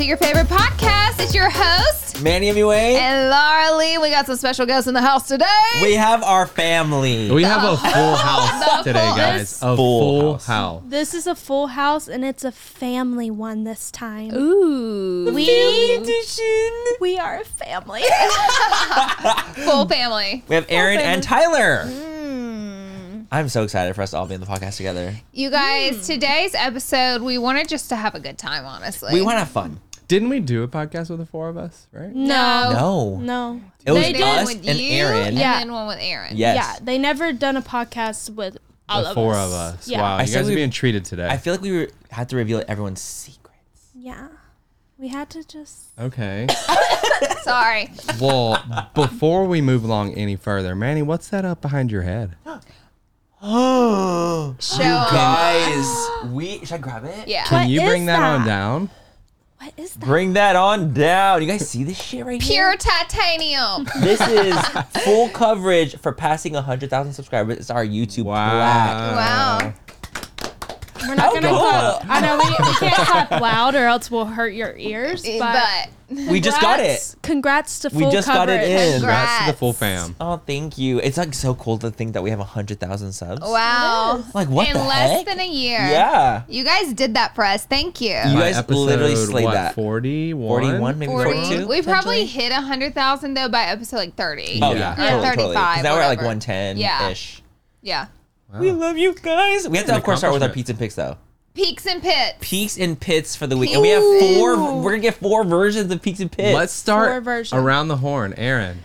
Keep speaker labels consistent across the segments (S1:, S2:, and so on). S1: your favorite podcast. It's your host
S2: Manny Hemingway.
S1: and Laura Lee. We got some special guests in the house today.
S2: We have our family.
S3: We have a full house
S1: The
S3: today,
S1: full-
S3: guys.
S2: Full
S3: A full,
S2: house.
S3: house.
S4: This is a full house and it's a family one this time.
S1: Ooh,
S4: We we are a family.
S1: full family.
S2: We have Aaron and Tyler. I'm so excited for us to all be in the podcast together.
S1: You guys, today's episode, we wanted just to have a good time. Honestly,
S2: We want to have fun.
S3: Didn't we do a podcast with the four of us, right?
S1: Oh, no.
S2: No.
S4: no.
S2: It was
S1: They did
S2: us
S1: one with
S2: and
S1: you,
S2: Aaron.
S1: and
S4: Yeah.
S1: then one with Aaron.
S2: Yes.
S4: Yeah, they never done a podcast with all
S3: the
S4: of
S3: four
S4: us.
S3: of us.
S4: Yeah.
S3: Wow,
S2: I
S3: you
S2: said
S3: guys
S2: we-
S3: are being treated today.
S2: I feel like we were, had to reveal everyone's secrets.
S4: Yeah. We had to just
S3: okay.
S1: Sorry.
S3: well, before we move along any further, Manny, what's that up behind your head?
S2: Oh.
S1: Show 'em.
S2: Guys, we should I grab it?
S1: Yeah.
S3: Can
S4: What
S3: you bring
S4: is
S3: that, on
S4: that?
S3: down?
S4: What is that?
S2: Bring that on down. You guys see this shit right here?
S1: Pure titanium.
S2: This is full coverage for passing 100,000 subscribers. It's our YouTube plaque.
S1: wow.
S4: We're not
S2: would
S4: gonna
S2: go
S4: clap. I know we, we can't clap loud or else we'll hurt your ears. But,
S1: Eh, But,
S2: We just got it.
S4: congrats- Congrats to full
S2: We just got it
S4: coverage.
S2: in.
S3: Congrats to the full
S1: Congrats.
S3: fam.
S2: Oh, thank you. It's like so cool to think that we have 100,000 subs.
S1: wow.
S2: Like, what
S1: In
S2: the
S1: less
S2: heck?
S1: than a year.
S2: Yeah.
S1: You guys did that for us. Thank you.
S2: You
S3: By
S2: guys literally
S3: episode,
S2: slayed
S3: what,
S2: that.
S3: 41?
S2: 41, maybe
S1: 40.
S2: 42?
S1: We probably
S2: potentially?
S1: hit 100,000 though by episode like 30.
S2: Oh,
S3: Yeah.
S2: yeah.
S1: Yeah,
S2: Totally, totally. 'Cause
S1: 35,
S2: now we're at like
S1: whatever.
S2: 110 ish.
S1: Yeah.
S3: Wow.
S2: We love you guys. We have to,
S3: an
S2: of course, start with our
S3: accomplishment.
S2: pizza picks, though.
S1: Peaks and pits.
S2: Peaks and pits for the week. And we have four, we're going to get four versions of peaks and pits.
S3: Let's
S4: Four
S3: start
S4: versions.
S3: around the horn, Aaron.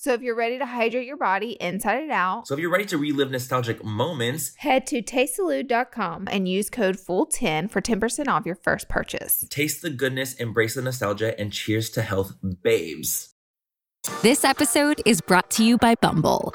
S5: So if you're ready to hydrate your body inside and out,
S2: So if you're ready to relive nostalgic moments,
S5: head to tastesalud.com and use code FULL10 for 10% off your first purchase.
S2: taste the goodness, embrace the nostalgia, and cheers to health, babes.
S6: This episode is brought to you by Bumble.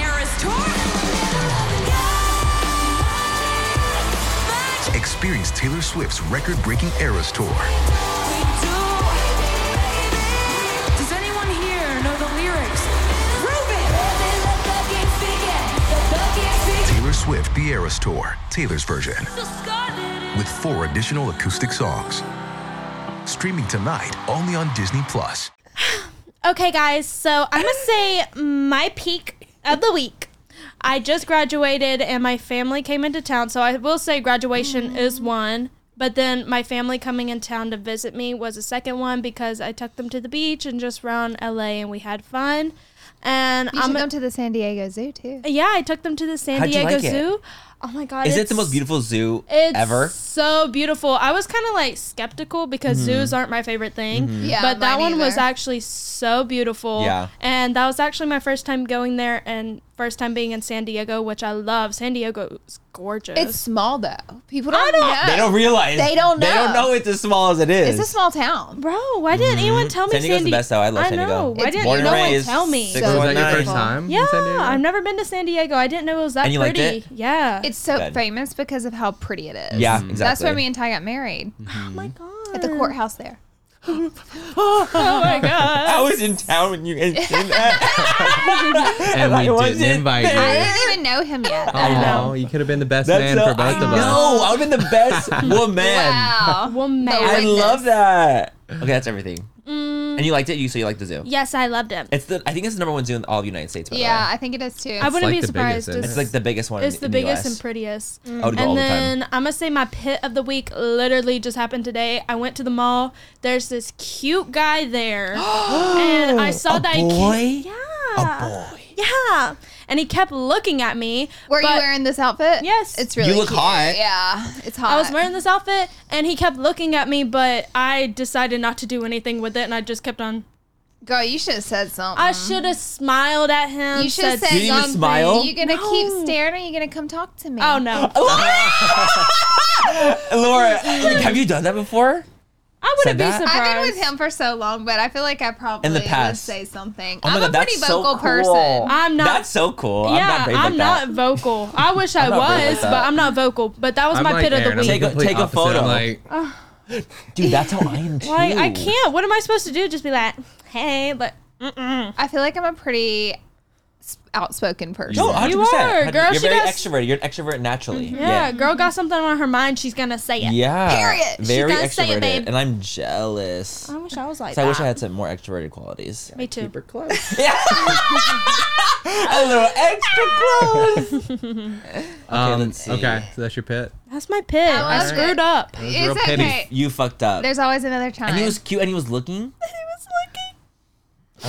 S7: Eras Tour.
S8: Experience Taylor Swift's record-breaking Eras Tour
S7: Does anyone here know the lyrics? Prove it.
S8: Taylor Swift: The Eras Tour, Taylor's version, with four additional acoustic songs. Streaming tonight, only on Disney Plus.
S4: Okay, guys, so I'm gonna say my peak of the week. I just graduated and my family came into town, so I will say graduation is one. But then my family coming in town to visit me was a second one because I took them to the beach and just around LA and we had fun. And
S1: You
S4: I'm
S1: should come to the San Diego Zoo too.
S4: yeah, I took them to the San
S2: How'd you
S4: Diego
S2: like it?
S4: Zoo. Oh my god,
S2: Is it the
S4: it's-
S2: most beautiful zoo
S4: it's
S2: ever? Mm-hmm.
S4: so beautiful. I was kind of like skeptical because zoos aren't my favorite thing.
S1: Yeah,
S4: but that
S1: mine
S4: one was
S1: either.
S4: actually so beautiful.
S2: Yeah.
S4: And that was actually my first time going there and first time being in San Diego, which I love. San Diego is gorgeous.
S1: It's small though. People don't, know.
S2: They don't realize.
S1: They don't
S2: They don't
S1: know.
S2: know it's as small as it is.
S1: It's a small town.
S4: Bro, why didn't anyone tell me
S2: Mm-hmm. San Diego's
S4: San
S2: the
S4: Di-
S2: best though. I love
S4: I
S2: San Diego.
S4: know. Why
S1: It's
S4: didn't
S2: Born
S4: no
S2: and
S4: one
S2: raised,
S4: tell me?
S2: six
S1: So
S3: was that your
S2: Nice.
S3: first time? in
S4: yeah,
S3: San Diego?
S4: I've never been to San Diego. I didn't know it was that
S2: And you liked
S4: pretty.
S2: it?
S4: Yeah.
S1: It's so
S2: Good.
S1: famous because of how pretty it is.
S2: Yeah,
S1: That's where
S2: exactly.
S1: me and Ty got married
S4: oh my
S2: Mm-hmm.
S4: god.
S1: at the courthouse there.
S4: Oh my god.
S2: I was in town when you guys did that.
S3: And
S2: I
S3: we
S2: wasn't
S3: didn't invite
S1: I
S3: you.
S1: didn't even know him yet.
S3: Oh, you could have been the best man
S2: so-
S3: for both
S2: I
S3: of us.
S2: No, I've been the best woman.
S1: Wow.
S4: Well, man.
S2: I
S1: Witness.
S2: love that. Okay, that's everything. And you liked it. You so you liked the zoo.
S4: Yes, I loved it.
S2: It's the I think it's the number one zoo in all of the United States. By
S1: Yeah,
S2: the way.
S1: I think it is too.
S4: I wouldn't
S3: like
S4: be
S3: the biggest,
S4: surprised.
S3: isn't it?
S2: it's like the biggest one.
S4: It's
S2: in
S4: the biggest
S2: US.
S4: and prettiest.
S1: Mm.
S2: I would go all
S4: And
S2: the time.
S4: then I'm gonna say my pit of the week literally just happened today. I went to the mall. There's this cute guy there, and I saw
S2: A
S4: that
S2: boy?
S4: Cute, yeah,
S2: boy.
S4: yeah. yeah. And he kept looking at me.
S1: Were you
S4: but-
S1: wearing this outfit?
S4: Yes.
S1: It's really
S2: look
S1: cute.
S2: hot.
S1: Yeah. It's hot.
S4: I was wearing this outfit and he kept looking at me, but I decided not to do anything with it and I just kept on.
S1: Girl, you should have said something.
S4: I should have smiled at him.
S1: You should have said
S2: Did you even
S1: something.
S2: smile?
S1: You gonna keep staring or you gonna come talk to me?
S4: Oh, no.
S2: Laura, have you done that before?
S4: I wouldn't be
S2: Said that?
S4: surprised.
S1: I've been with him for so long, but I feel like I probably
S2: In the
S1: would
S2: past.
S1: say something.
S2: Oh my
S1: I'm
S2: God,
S1: a pretty
S2: that's so
S1: vocal
S2: cool.
S1: person.
S4: I'm not-
S2: That's so cool. I'm
S4: yeah,
S2: not brave like that.
S4: vocal. I wish I
S2: I'm not brave like
S4: was,
S2: that.
S4: but I'm not vocal. But that was
S3: I'm
S4: my
S3: like
S4: pit of
S3: Aaron,
S4: the
S3: I'm the
S4: week.
S2: Take a-
S3: complete
S2: take a
S3: opposite.
S2: photo.
S3: I'm like,
S2: Dude, that's how I am too.
S4: Like I can't. What am I supposed to do? Just be like, hey, but
S1: I feel like I'm a pretty s- outspoken person.
S2: No, 100%.
S4: You are, girl.
S2: You're
S4: She
S2: very
S4: does- Mm-hmm.
S2: extrovert. You're an extrovert naturally.
S4: yeah, girl got something on her mind. She's gonna say it.
S2: Yeah.
S1: Period. She's
S2: Very
S4: gonna
S2: extroverted.
S4: say it, babe.
S2: And I'm jealous.
S4: I wish I was like
S2: So I
S4: that.
S2: wish I had some more extroverted qualities.
S4: Me too.
S2: A little extra close.
S3: um,
S2: let's see.
S3: okay, so that's your pit.
S4: That's my pit. I,
S1: love
S4: screwed
S1: it.
S4: up.
S3: That was real
S1: It's
S3: pity.
S1: okay.
S2: you fucked up.
S1: There's always another time.
S2: and he was cute and he was looking.
S4: He was looking.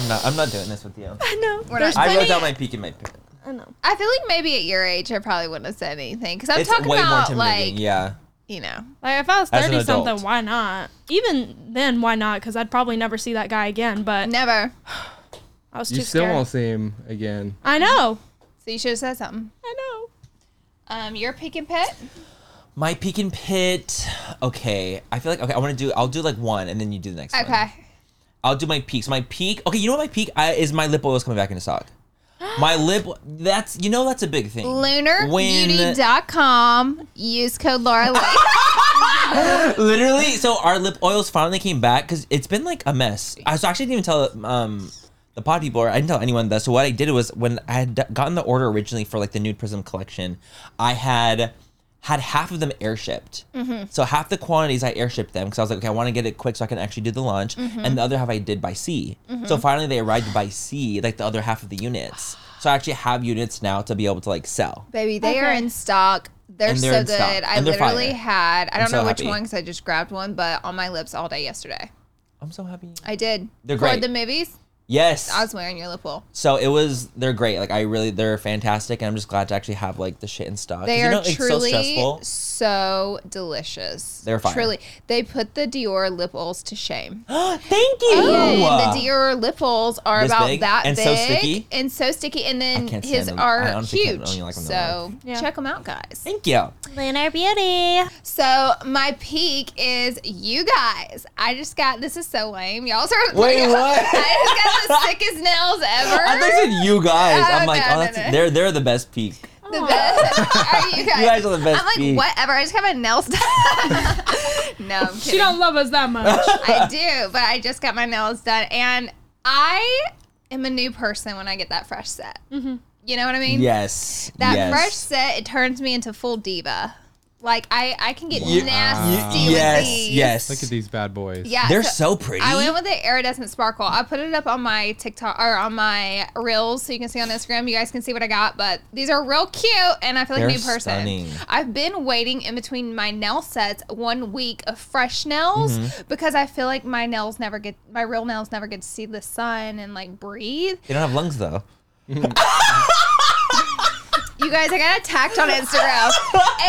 S2: I'm not I'm not doing this with you.
S4: I know.
S1: We're
S4: There's
S1: not-
S2: I
S4: plenty.
S2: wrote down my peak and my pit.
S4: I know.
S1: I feel like maybe at your age, I probably wouldn't have said anything because I'm
S2: It's
S1: talking
S2: way more
S1: about
S2: intimidating.
S1: like
S2: yeah.
S1: you know.
S4: Like if I was
S2: As an
S4: thirty something,
S2: adult.
S4: why not? Even then, why not? Because I'd probably never see that guy again. But
S1: Never.
S4: I was too
S3: You still
S4: scared.
S3: won't see him again.
S4: I know.
S1: So you should have said something.
S4: I know.
S1: Um, your pick and pet.
S2: My peak and pit. Okay. I feel like okay, I want to do I'll do like one and then you do the next one.
S1: Okay.
S2: I'll do my peaks. My peak. Okay, you know what my peak I, is? My lip oil is coming back in a sock. My lip. That's you know that's a big thing.
S1: LunarBeauty.com. Use code Laura. Lake.
S2: Literally. So our lip oils finally came back because it's been like a mess. I so I actually didn't even tell um the pod people or I didn't tell anyone that. So what I did was when I had d- gotten the order originally for like the nude prism collection, I had had half of them air shipped. So half the quantities I air shipped them because I was like, okay, I want to get it quick so I can actually do the launch, and the other half I did by sea. So finally they arrived by sea, like the other half of the units. So I actually have units now to be able to like sell.
S1: Baby, they are in stock. They're,
S2: And they're
S1: so
S2: in
S1: good.
S2: stock.
S1: I
S2: And they're
S1: literally
S2: fire.
S1: had, I don't
S2: so
S1: know which
S2: happy.
S1: one because I just grabbed one, but on my lips all day yesterday.
S2: I'm so happy.
S1: I did.
S2: They're
S1: For
S2: great.
S1: the movies,
S2: Yes.
S1: I was wearing your lip oil.
S2: So it was they're great. Like I really they're fantastic and I'm just glad to actually have like the shit in stock. 'Cause,
S1: They
S2: you know,
S1: are
S2: it's
S1: truly
S2: so
S1: so,
S2: stressful.
S1: delicious.
S2: They're fire.
S1: Truly. They put the Dior lip oils to shame.
S2: Thank you.
S1: Oh, And the Dior lip oils are
S2: Oh. This
S1: about
S2: big
S1: that
S2: and
S1: big
S2: so sticky?
S1: and so sticky. And then
S2: can't stand
S1: his
S2: them. I
S1: are
S2: honestly can't-
S1: huge.
S2: I don't even like them that
S1: so
S4: Yeah.
S1: check them out, guys.
S2: Thank you.
S4: Lunar Beauty.
S1: So my peak is you guys. I just got this is so lame. Y'all's are
S2: Wait, what?
S1: I just got the sickest nails ever.
S2: I think it's you guys.
S1: Oh,
S2: I'm like,
S1: no,
S2: oh,
S1: no,
S2: that's,
S1: no.
S2: they're they're the best peak.
S1: the best. Are you guys?
S2: You guys are the best
S1: I'm like
S2: peak.
S1: whatever. I just got my nails done. no, I'm
S4: She
S1: kidding.
S4: don't love us that much.
S1: I do, but I just got my nails done, and I am a new person when I get that fresh set.
S4: Mm-hmm.
S1: You know what I mean?
S2: Yes.
S1: That
S2: yes.
S1: fresh set it turns me into full diva. Like I, I can get nasty
S2: Y-
S1: with
S2: yes,
S1: these.
S2: yes.
S3: Look at these bad boys.
S1: Yeah,
S2: They're so pretty.
S1: I went with the iridescent sparkle. I put it up on my TikTok or on my reels, so you can see on Instagram. You guys can see what I got, but these are real cute, and I feel like
S2: They're
S1: a new person.
S2: stunning.
S1: I've been waiting in between my nail sets one week of fresh nails
S2: Mm-hmm.
S1: because I feel like my nails never get my real nails never get to see the sun and like breathe.
S2: they don't have lungs though.
S1: You guys, I got attacked on Instagram.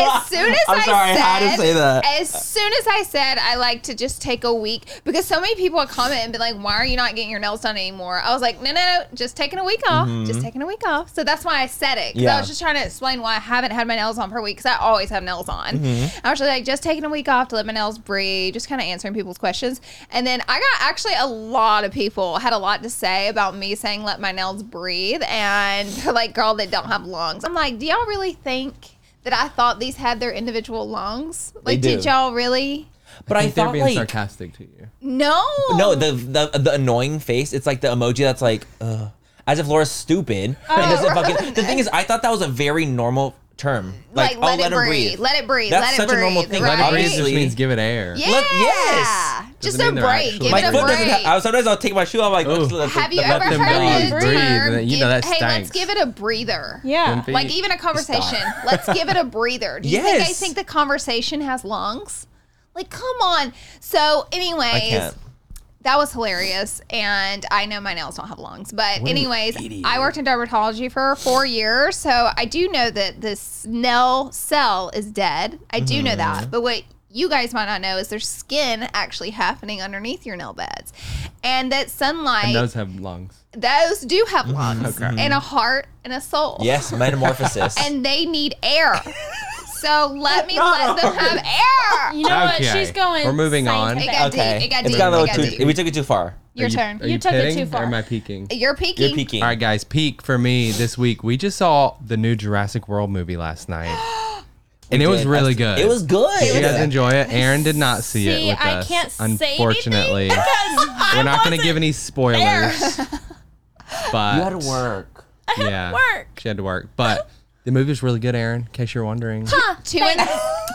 S1: As soon as
S2: I'm
S1: I
S2: sorry, I
S1: said,
S2: had to say that.
S1: As soon as I said I like to just take a week, because so many people would comment and be like, "Why are you not getting your nails done anymore?" I was like, "No, no, no, just taking a week off. Just taking a week off." So that's why I said it. 'cause
S2: Yeah.
S1: I was just trying to explain why I haven't had my nails on for a week because I always have nails on. I was just like, just taking a week off to let my nails breathe, just kind of answering people's questions. And then I got actually a lot of people had a lot to say about me saying let my nails breathe and they're like, girl, they don't have lungs. I'm like, do y'all really think that I thought these had their individual lungs? Like,
S2: do.
S1: did y'all really?
S2: But
S3: I
S2: I,
S3: think they're
S2: thought
S3: being
S2: like
S3: sarcastic to you.
S1: No.
S2: no, the, the the annoying face. It's like the emoji that's like, Ugh, as if Laura's stupid
S1: Oh.
S2: and doesn't fucking. The thing is, I thought that was a very normal term.
S1: Like,
S2: Like,
S1: let,
S2: oh,
S1: it
S2: let 'em
S1: breathe.
S2: breathe.
S1: Let it breathe.
S2: That's
S1: let it
S2: such a
S1: breathe.
S2: normal thing.
S1: Right?
S2: Let it breathe
S3: It just
S2: Obviously.
S3: means give it air.
S1: Yeah.
S2: Look, yes.
S1: Just a
S3: Doesn't mean they're
S1: break.
S3: actually
S1: Give
S2: My
S1: it a
S2: foot
S1: break.
S2: doesn't have. I- Sometimes I'll take my shoe off. Like,
S3: Oh.
S2: let's let the-
S1: Have you
S2: let
S1: ever
S2: them
S1: heard
S3: them dogs
S1: the
S3: breathe,
S1: term?
S3: and then- you
S1: give-
S3: know that
S1: hey, let's
S3: stinks.
S1: give it a breather.
S4: Yeah.
S3: Them
S1: Like
S3: feet.
S1: even a conversation. let's give it a breather. Do you think I
S2: Yes.
S1: think the conversation has lungs? Like, come on. So, anyways,
S2: I can't.
S1: that was hilarious. And I know my nails don't have lungs, but anyways, I worked in dermatology for four years, so I do know that this nail cell is dead. I do know
S2: Mm-hmm.
S1: that, but what you guys might not know is there's skin actually happening underneath your nail beds, and that sunlight
S3: And
S1: those,
S3: those have lungs.
S1: do have lungs
S3: Okay.
S1: and a heart and a soul
S2: Oh, Yes, metamorphosis.
S1: and they need air. so let me let them have air.
S4: You know
S3: Okay.
S4: what? She's going.
S3: We're moving on.
S1: It
S4: scientific.
S1: got
S2: okay,
S1: deep. It got
S2: It's
S1: deep.
S2: a
S1: it
S2: little
S1: got
S2: too.
S1: deep.
S2: We took it too far.
S1: Your
S3: Are you-
S1: turn.
S3: Are
S1: You,
S3: you,
S4: You took it
S3: pitting
S4: too
S3: Or
S4: far.
S3: am I peeking?
S1: are peeking.
S2: You're peeking.
S3: All right, guys, peak for me this week. We just saw the new Jurassic World movie last night, and it was
S2: Good.
S3: really good.
S2: It was good.
S3: Did you guys enjoy it? Aaron did not see,
S4: See,
S3: it with
S4: I
S3: us.
S4: can't say anything
S3: unfortunately, we're not going to give any spoilers. but
S2: You had to work.
S3: yeah,
S4: work.
S3: She had to work, but the movie was really good, Aaron. In case you're wondering,
S1: Two and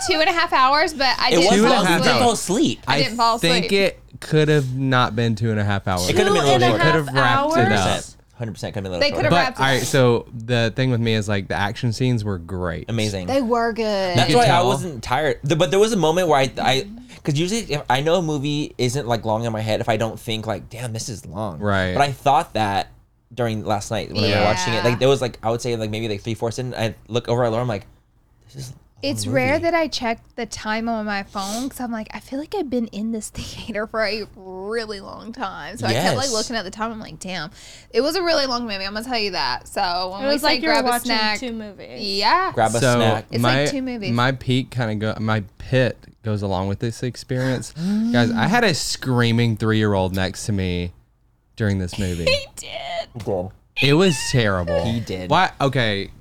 S1: two and a half hours, but I did
S2: It was
S3: Two and a
S2: long.
S1: fall
S2: You
S3: half
S2: didn't
S1: asleep.
S2: fall
S3: hours.
S2: asleep.
S1: I didn't fall
S3: think
S1: asleep.
S3: it could have not been two and a half hours.
S2: It could have been a little
S4: Two and a
S2: shorter.
S4: half
S3: Could've wrapped it
S4: hours.
S3: up.
S2: Hundred percent could have been a little
S1: They could've
S2: shorter.
S3: But
S1: wrapped it
S3: all right,
S1: up.
S3: so the thing with me is like the action scenes were great.
S2: amazing.
S1: They were good.
S2: That's
S3: could
S2: why I
S3: tell.
S2: wasn't tired. Th- But there was a moment where I, I, because usually if I know a movie isn't like long in my head if I don't think like, damn, this is long.
S3: Right.
S2: But I thought that during last night when we
S1: Yeah.
S2: were watching it, like there was like I would say like maybe like three fourths in, I look over at Laura, I'm like,
S1: it's rare that I check the time on my phone because I'm like, I feel like I've been in this theater for a really long time. So I kept like
S2: Yes.
S1: looking at the time. I'm like, damn, it was a really long movie. I'm gonna tell you that. So when
S4: It
S1: we
S4: was
S1: say
S4: like you were
S1: grab a
S4: watching
S1: snack,
S4: two movies.
S1: yeah,
S2: grab a
S3: so
S2: snack.
S1: It's
S3: my,
S1: like two movies.
S3: My peak kind of go. My pit goes along with this experience, guys. I had a screaming three-year-old next to me during this movie.
S2: Girl.
S3: it was terrible.
S2: He did.
S3: Why? Okay.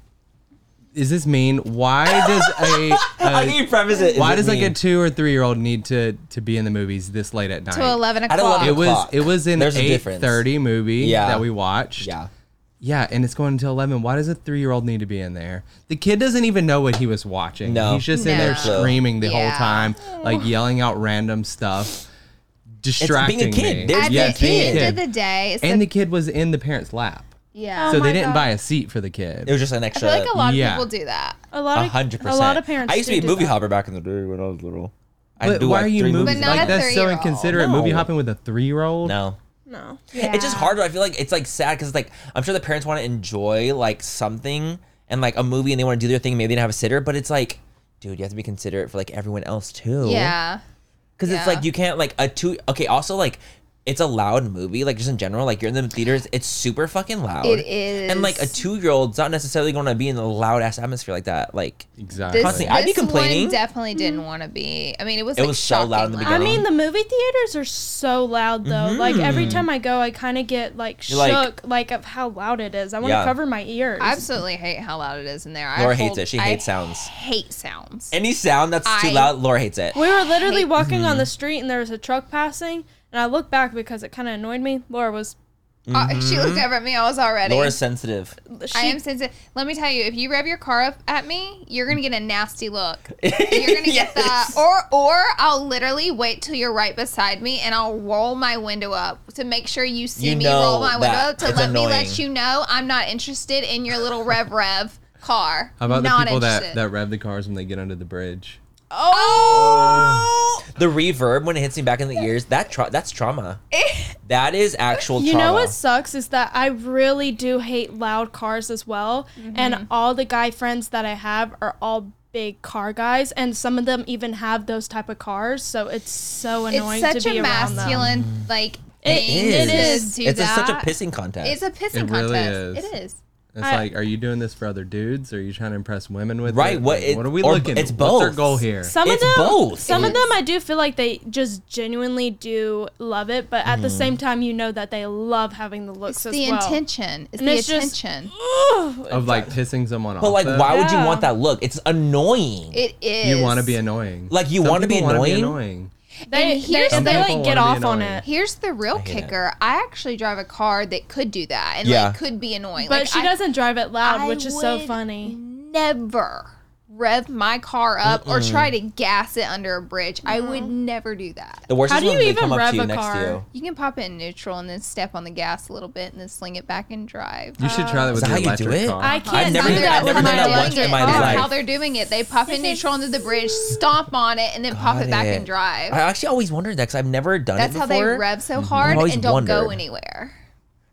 S3: Is this mean? Why does a,
S2: How
S3: a
S2: can you preface it? Is
S3: uh, why
S2: it
S3: does like a
S2: mean?
S3: two or three year old need to to be in the movies this late at night?
S1: to 11
S2: I don't love
S1: o'clock.
S3: it was
S2: o'clock.
S3: it was an
S2: There's a
S3: eight
S2: difference.
S3: thirty movie
S2: Yeah.
S3: that we watched.
S2: yeah.
S3: Yeah, and it's going until 11. Why does a three year old need to be in there? The kid doesn't even know what he was watching.
S2: No.
S3: He's just in
S1: No.
S3: there screaming the
S1: Yeah.
S3: whole time, like yelling out random stuff, distracting
S2: kid.
S3: me.
S2: There's-
S1: At
S2: Yeah,
S1: the end
S3: kid.
S1: of the day, it's
S3: And
S1: the,
S3: the kid was in the parent's lap.
S1: Oh yeah.
S3: so
S4: my
S3: they didn't
S4: God.
S3: buy a seat for the kid.
S2: It was just an
S1: I
S2: extra.
S1: feel like a lot of
S3: Yeah.
S1: people do that.
S4: A lot of
S2: hundred
S4: a
S2: percent.
S4: lot of parents.
S2: I used to
S4: do
S2: be a
S4: do
S2: movie
S4: that.
S2: hopper back in the day when I was little. I
S3: but why are you moving?
S1: But not
S3: like
S1: a
S3: that's so
S1: three-year-old.
S3: inconsiderate. Movie
S2: No.
S3: hopping with a three year old.
S2: No.
S4: No.
S2: It's just harder. I feel like it's like sad because like I'm sure the parents want to enjoy like something and like a movie and they want to do their thing. Maybe they don't have a sitter, but it's like, dude, you have to be considerate for like everyone else too.
S1: Yeah.
S2: Because it's
S1: yeah.
S2: like you can't like a two. Okay, also like it's a loud movie. Like just in general, like you're in the theaters, it's super fucking loud.
S1: It is.
S2: And like a two year old's not necessarily going to be in a loud ass atmosphere like that. Like
S3: Exactly.
S1: This,
S2: Honestly, I'd be
S1: this
S2: complaining.
S1: One definitely didn't want to be. I mean, it was
S2: It
S1: like
S2: was so loud in the
S1: shockingly
S4: I
S2: beginning.
S4: mean, the movie theaters are so loud though. Like every
S3: Mm-hmm.
S4: time I go, I kind of get like
S2: You're
S4: shook,
S2: like-
S4: like, of how loud it is. I want to
S2: Yeah.
S4: cover my ears.
S1: I absolutely hate how loud it is in there. I
S2: Laura hates
S1: hold-
S2: it. She
S1: I
S2: hates sounds.
S1: Hate sounds.
S2: Any sound that's too
S1: I-
S2: loud, Laura hates it.
S4: we were literally walking on the street and there was a truck passing, and I looked back because it kind of annoyed me. Laura was
S1: Uh, she looked over at me. I was already.
S2: Mm-hmm. Laura's sensitive.
S4: she
S1: I am sensitive. Let me tell you, if you rev your car up at me, you're gonna get a nasty look. You're gonna get that, or or I'll literally wait till you're right beside me, and I'll roll my window up to make sure you see
S2: You
S1: me
S2: know
S1: roll my window
S2: that.
S1: up to
S2: It's
S1: let me
S2: annoying.
S1: let you know I'm not interested in your little rev rev car.
S3: How about
S1: not
S3: the people that,
S1: interested.
S3: that rev the cars when they get under the bridge?
S1: Oh,
S2: The reverb when it hits me back in the ears, that tra- that's trauma. that is actual
S4: Eh. You
S2: trauma.
S4: know what sucks is that I really do hate loud cars as well. And all the guy friends that I have are all big car guys and some of them even have those type of cars, so it's so
S1: it's
S4: annoying
S1: such
S4: to be
S1: a
S4: around them.
S1: masculine like thing.
S2: It
S1: to
S2: is.
S1: do
S2: It's a, such a
S1: that.
S2: pissing contest.
S1: It's a pissing
S3: It really
S1: contest.
S3: is.
S1: It is.
S3: It's
S4: I-
S3: like, are you doing this for other dudes? Or are you trying to impress women with
S2: Right,
S3: it?
S2: what
S3: Like,
S2: it-
S3: what are we
S2: or
S3: looking?
S2: it's
S3: What's our
S2: both.
S3: goal here?
S4: Some
S2: It's
S4: of them
S2: both.
S4: some of
S2: It
S4: them I do feel like they just genuinely do love it, but at the
S2: Mm-hmm.
S4: same time you know that they love having the looks
S1: It's
S4: as
S1: the
S4: well.
S1: intention. It's
S4: And
S1: the
S4: it's just-
S1: attention.
S3: of like pissing someone off.
S2: but like,
S3: though?
S2: why would you
S4: Yeah.
S2: want that look? It's annoying.
S1: It is.
S3: You want to be annoying.
S2: Like, you
S3: Some
S2: wanna be
S3: people wanna
S2: annoying?
S4: They
S1: And here's
S4: they,
S1: the-
S4: they
S1: Some
S4: like
S3: people
S4: get
S3: wanna
S4: off
S3: be
S4: on
S3: annoying.
S4: it.
S1: Here's the real
S2: hate it.
S1: kicker. I actually drive a car that could do that and
S2: Yeah.
S1: like could be annoying.
S4: But
S1: Like,
S4: she
S1: I-
S4: doesn't drive it loud,
S1: I
S4: which is so
S1: would
S4: funny.
S1: Never rev my car up or try to gas it under a bridge. I would never do that.
S2: The worst
S4: How
S2: is
S4: do
S2: when
S4: you
S2: they
S4: even
S2: come up
S4: rev
S2: to you
S4: a
S2: next to
S4: car?
S2: you.
S1: You can pop it in neutral and then step on the gas a little bit and then sling it back and drive.
S3: You should try that with
S2: that
S3: the
S2: how you do
S3: electric
S2: it?
S3: car.
S4: I can't
S2: never
S4: do
S2: done-
S4: that
S2: I've never
S4: with
S2: done
S4: my
S2: that
S4: life.
S2: once in my
S1: That's
S2: life.
S1: how they're doing it. They pop in neutral under the bridge, stomp on it, and then pop
S2: Got
S1: it back and drive.
S2: I actually always wondered that because I've never done
S1: That's
S2: it
S1: how
S2: before. Mm-hmm.
S1: they rev so hard
S2: always
S1: and don't go
S2: wondered.
S1: anywhere.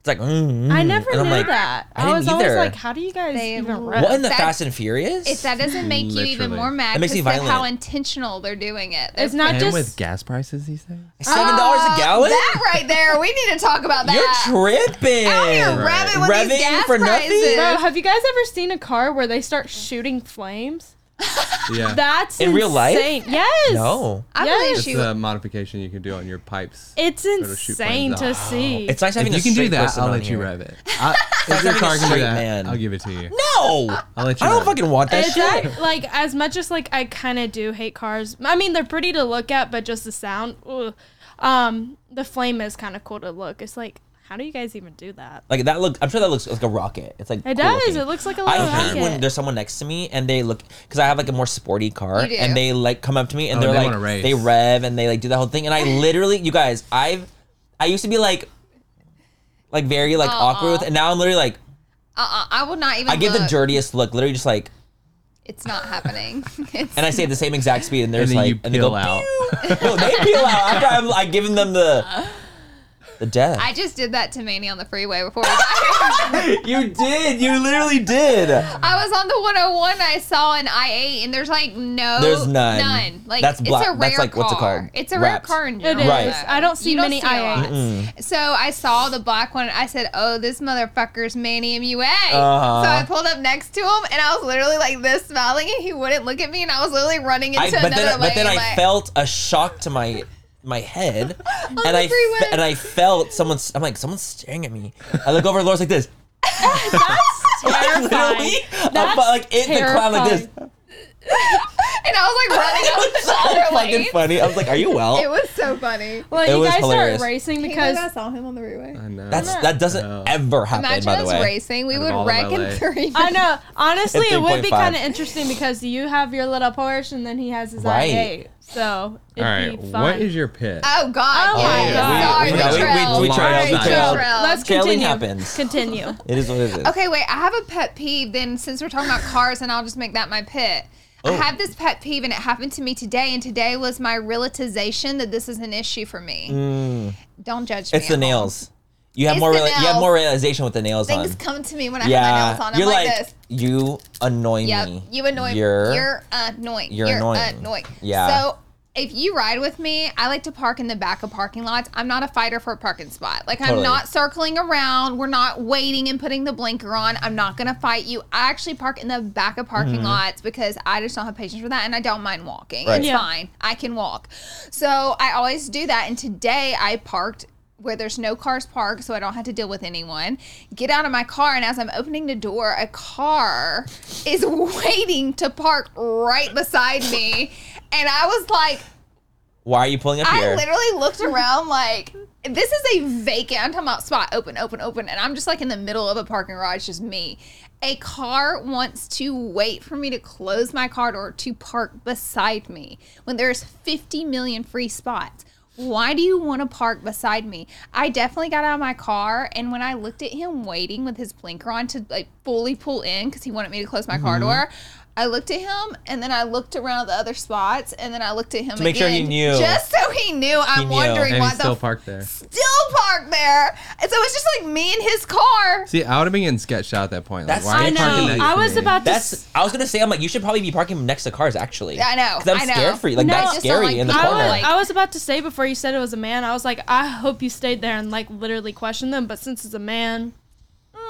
S2: It's like, mm, mm.
S4: I never
S2: And
S4: knew
S2: I'm like,
S4: that.
S2: I
S4: I,
S2: didn't
S4: was always
S2: either.
S4: like, how do you guys
S1: They
S4: even
S1: love
S4: rev?
S2: What in the
S1: That-
S2: Fast and Furious?
S1: If that doesn't make you even
S3: Literally.
S1: more mad,
S2: That makes
S1: because
S2: me
S1: of how
S2: violent.
S1: intentional they're doing it.
S4: It's not
S3: and
S4: just
S3: with gas prices these days.
S2: Seven dollars a gallon?
S1: Oh, That right there, we need to talk about
S2: You're
S1: that.
S2: tripping.
S1: Out here revving with
S2: Revving
S1: these gas
S2: for nothing?
S1: prices.
S4: Bro, have you guys ever seen a car where they start shooting flames?
S3: Yeah.
S4: That's
S2: In real life?
S4: insane. Yes.
S2: No.
S1: I
S4: Yes.
S1: believe
S4: It's
S3: That's
S1: she
S3: a modification you can do on your pipes.
S4: It's
S3: to shoot
S4: insane
S3: flames
S4: to
S3: out.
S4: see.
S2: It's nice
S3: if
S2: having
S3: you
S2: a
S3: can do
S2: straight
S3: that,
S2: person
S3: I'll
S2: on
S3: let you
S2: here.
S3: rev it. I,
S2: like
S3: if your
S2: having a
S3: car can do
S2: straight
S3: that,
S2: man.
S3: I'll give it to you.
S2: No.
S3: I'll let you
S2: I don't
S3: rev it.
S2: fucking want that
S4: Is
S2: shit.
S4: that like as much as like I kind of do hate cars? I mean, they're pretty to look at, but just the sound. ugh. Um, the flame is kind of cool to look. It's like, how do you guys even do that?
S2: Like that look. I'm sure that looks like a rocket. It's like
S4: It
S2: cool
S4: does.
S2: looking.
S4: It looks like a
S1: Oh,
S2: I
S4: little
S2: hate when
S4: rocket.
S2: there's someone next to me and they look because I have like a more sporty car
S1: You do.
S2: and they like come up to me and
S3: Oh,
S2: they're
S3: they wanna
S2: like
S3: race.
S2: they rev and they like do that whole thing and I literally you guys I've I used to be like like very like awkward with and now I'm literally like
S1: Uh-uh, I will not even.
S2: I give the
S1: look.
S2: dirtiest look literally just like
S1: It's not happening. It's,
S2: and I say at the same exact speed and they're
S3: And
S2: just
S3: then
S2: like
S3: you
S2: and they go
S3: peel out.
S2: no they peel out after I'm like giving them the the death
S1: I just did that to Manny on the freeway before. we got here.
S2: you did you literally did
S1: I was on the 101. I saw an I8, and there's like no,
S2: There's none.
S1: Like
S2: That's
S1: it's
S2: black-
S1: a rare
S2: that's like-
S1: car.
S2: what's it called?
S1: It's a
S2: Wrapped.
S1: rare car in
S4: It
S1: general.
S4: is.
S2: Right.
S1: though.
S4: I don't see
S1: You don't
S4: many
S1: see a lot.
S4: I8s.
S1: So I saw the black one. I said, "Oh, this motherfucker's Manny MUA."
S2: Uh-huh.
S1: So I pulled up next to him, and I was literally like this, smiling, and he wouldn't look at me, and I was literally running into
S2: I, but
S1: another
S2: then,
S1: lane.
S2: but then I
S1: like,
S2: felt a shock to my my head, and
S1: the
S2: I
S1: freeway.
S2: fe- and I felt someone. I'm like, someone's staring at me. I look over, and Laura's like this.
S4: Terrifying.
S2: Literally,
S4: That's
S2: I'm like in the clown like this.
S1: and I was like running up
S2: So
S1: another
S2: fucking
S1: lane.
S2: funny. I was like, are you
S1: It
S2: well?
S1: was so funny.
S4: Well,
S2: It
S4: you
S2: was
S4: guys
S2: hilarious.
S4: start racing
S1: I
S4: because
S1: saw him on the freeway.
S3: I know.
S2: That's that doesn't
S3: No.
S2: ever happen.
S1: Imagine
S2: by the
S1: us
S2: way,
S1: racing. We
S3: Out of
S1: would
S3: all of
S1: wreck in
S3: LA.
S1: three.
S4: I know. Honestly, it would
S2: 3.5.
S4: be kind of interesting because you have your little Porsche and then he has his
S2: Right.
S4: I8. So it'd
S3: All right.
S4: be fun.
S3: What is your pit?
S1: Oh God!
S4: Oh,
S1: yeah.
S4: my God.
S1: Sorry,
S2: We- we- we-
S1: Latrell.
S2: we- we
S1: Sorry,
S2: trailed, we trailed.
S1: Latrell.
S4: Let's
S2: Trailing
S4: continue.
S2: happens.
S4: Continue.
S2: It is what it is.
S1: Okay, wait. I have a pet peeve. Then, since we're talking about cars, and I'll just make that my pit. I
S2: Oh.
S1: have this pet peeve, and it happened to me today. And today was my realization that this is an issue for me. Don't judge me.
S2: Mm. It's
S1: at
S2: the
S1: home.
S2: nails. You have
S1: It's
S2: more.
S1: the
S2: reali- you have
S1: nails.
S2: more realization with the nails
S1: Things
S2: on.
S1: come to me when I have my
S2: yeah,
S1: nails on. I'm
S2: you're
S1: like, this.
S2: you annoy
S1: Yep.
S2: me.
S1: You annoy me.
S2: You're,
S1: You're annoying.
S2: you're annoying. Yeah.
S1: So if you ride with me, I like to park in the back of parking lots. I'm not a fighter for a parking spot. Like I'm
S2: Totally.
S1: not circling around. We're not waiting and putting the blinker on. I'm not gonna fight you. I actually park in the back of parking lots because I just don't have patience for that, and I don't mind walking.
S2: Right.
S1: It's
S4: Yeah.
S1: fine. I can walk. So I always do that. And today I parked where there's no cars parked, so I don't have to deal with anyone. Get out of my car, and as I'm opening the door, a car is waiting to park right beside me. And I was like,
S2: Why are you pulling up
S1: I
S2: here?
S1: literally looked around like this is a vacant. I'm talking about spot open, open, open, and I'm just like in the middle of a parking garage, just me. A car wants to wait for me to close my car door to park beside me when there's 50 million free spots. Why do you want to park beside me? I definitely got out of my car, and when I looked at him waiting with his blinker on to like fully pull in because he wanted me to close my
S2: Mm-hmm.
S1: car door, I looked at him, and then I looked around at the other spots, and then I looked at him
S2: To make sure he
S1: again,
S2: knew.
S1: just so he knew I'm
S2: knew.
S1: wondering
S3: and
S1: why
S3: he's
S1: the
S3: still
S1: f-
S3: parked there.
S1: still parked there. And so it's just like me and his car.
S3: See, I would have been getting sketched out at that point. Like,
S2: That's
S3: why are
S4: I
S3: you parking
S4: know.
S3: next
S4: I
S3: to
S4: was
S3: me?
S4: about to.
S2: That's. I was gonna say. I'm like, you should probably be parking next to cars. Actually,
S1: I know,
S2: Because I'm
S1: I know.
S2: scared for you. Like
S4: No, I
S2: that's
S1: just don't
S2: scary
S1: like
S2: in the
S4: I
S1: people,
S2: corner.
S4: was,
S1: like-
S4: I was about to say before you said it was a man. I was like, I hope you stayed there and like literally questioned them. But since it's a man,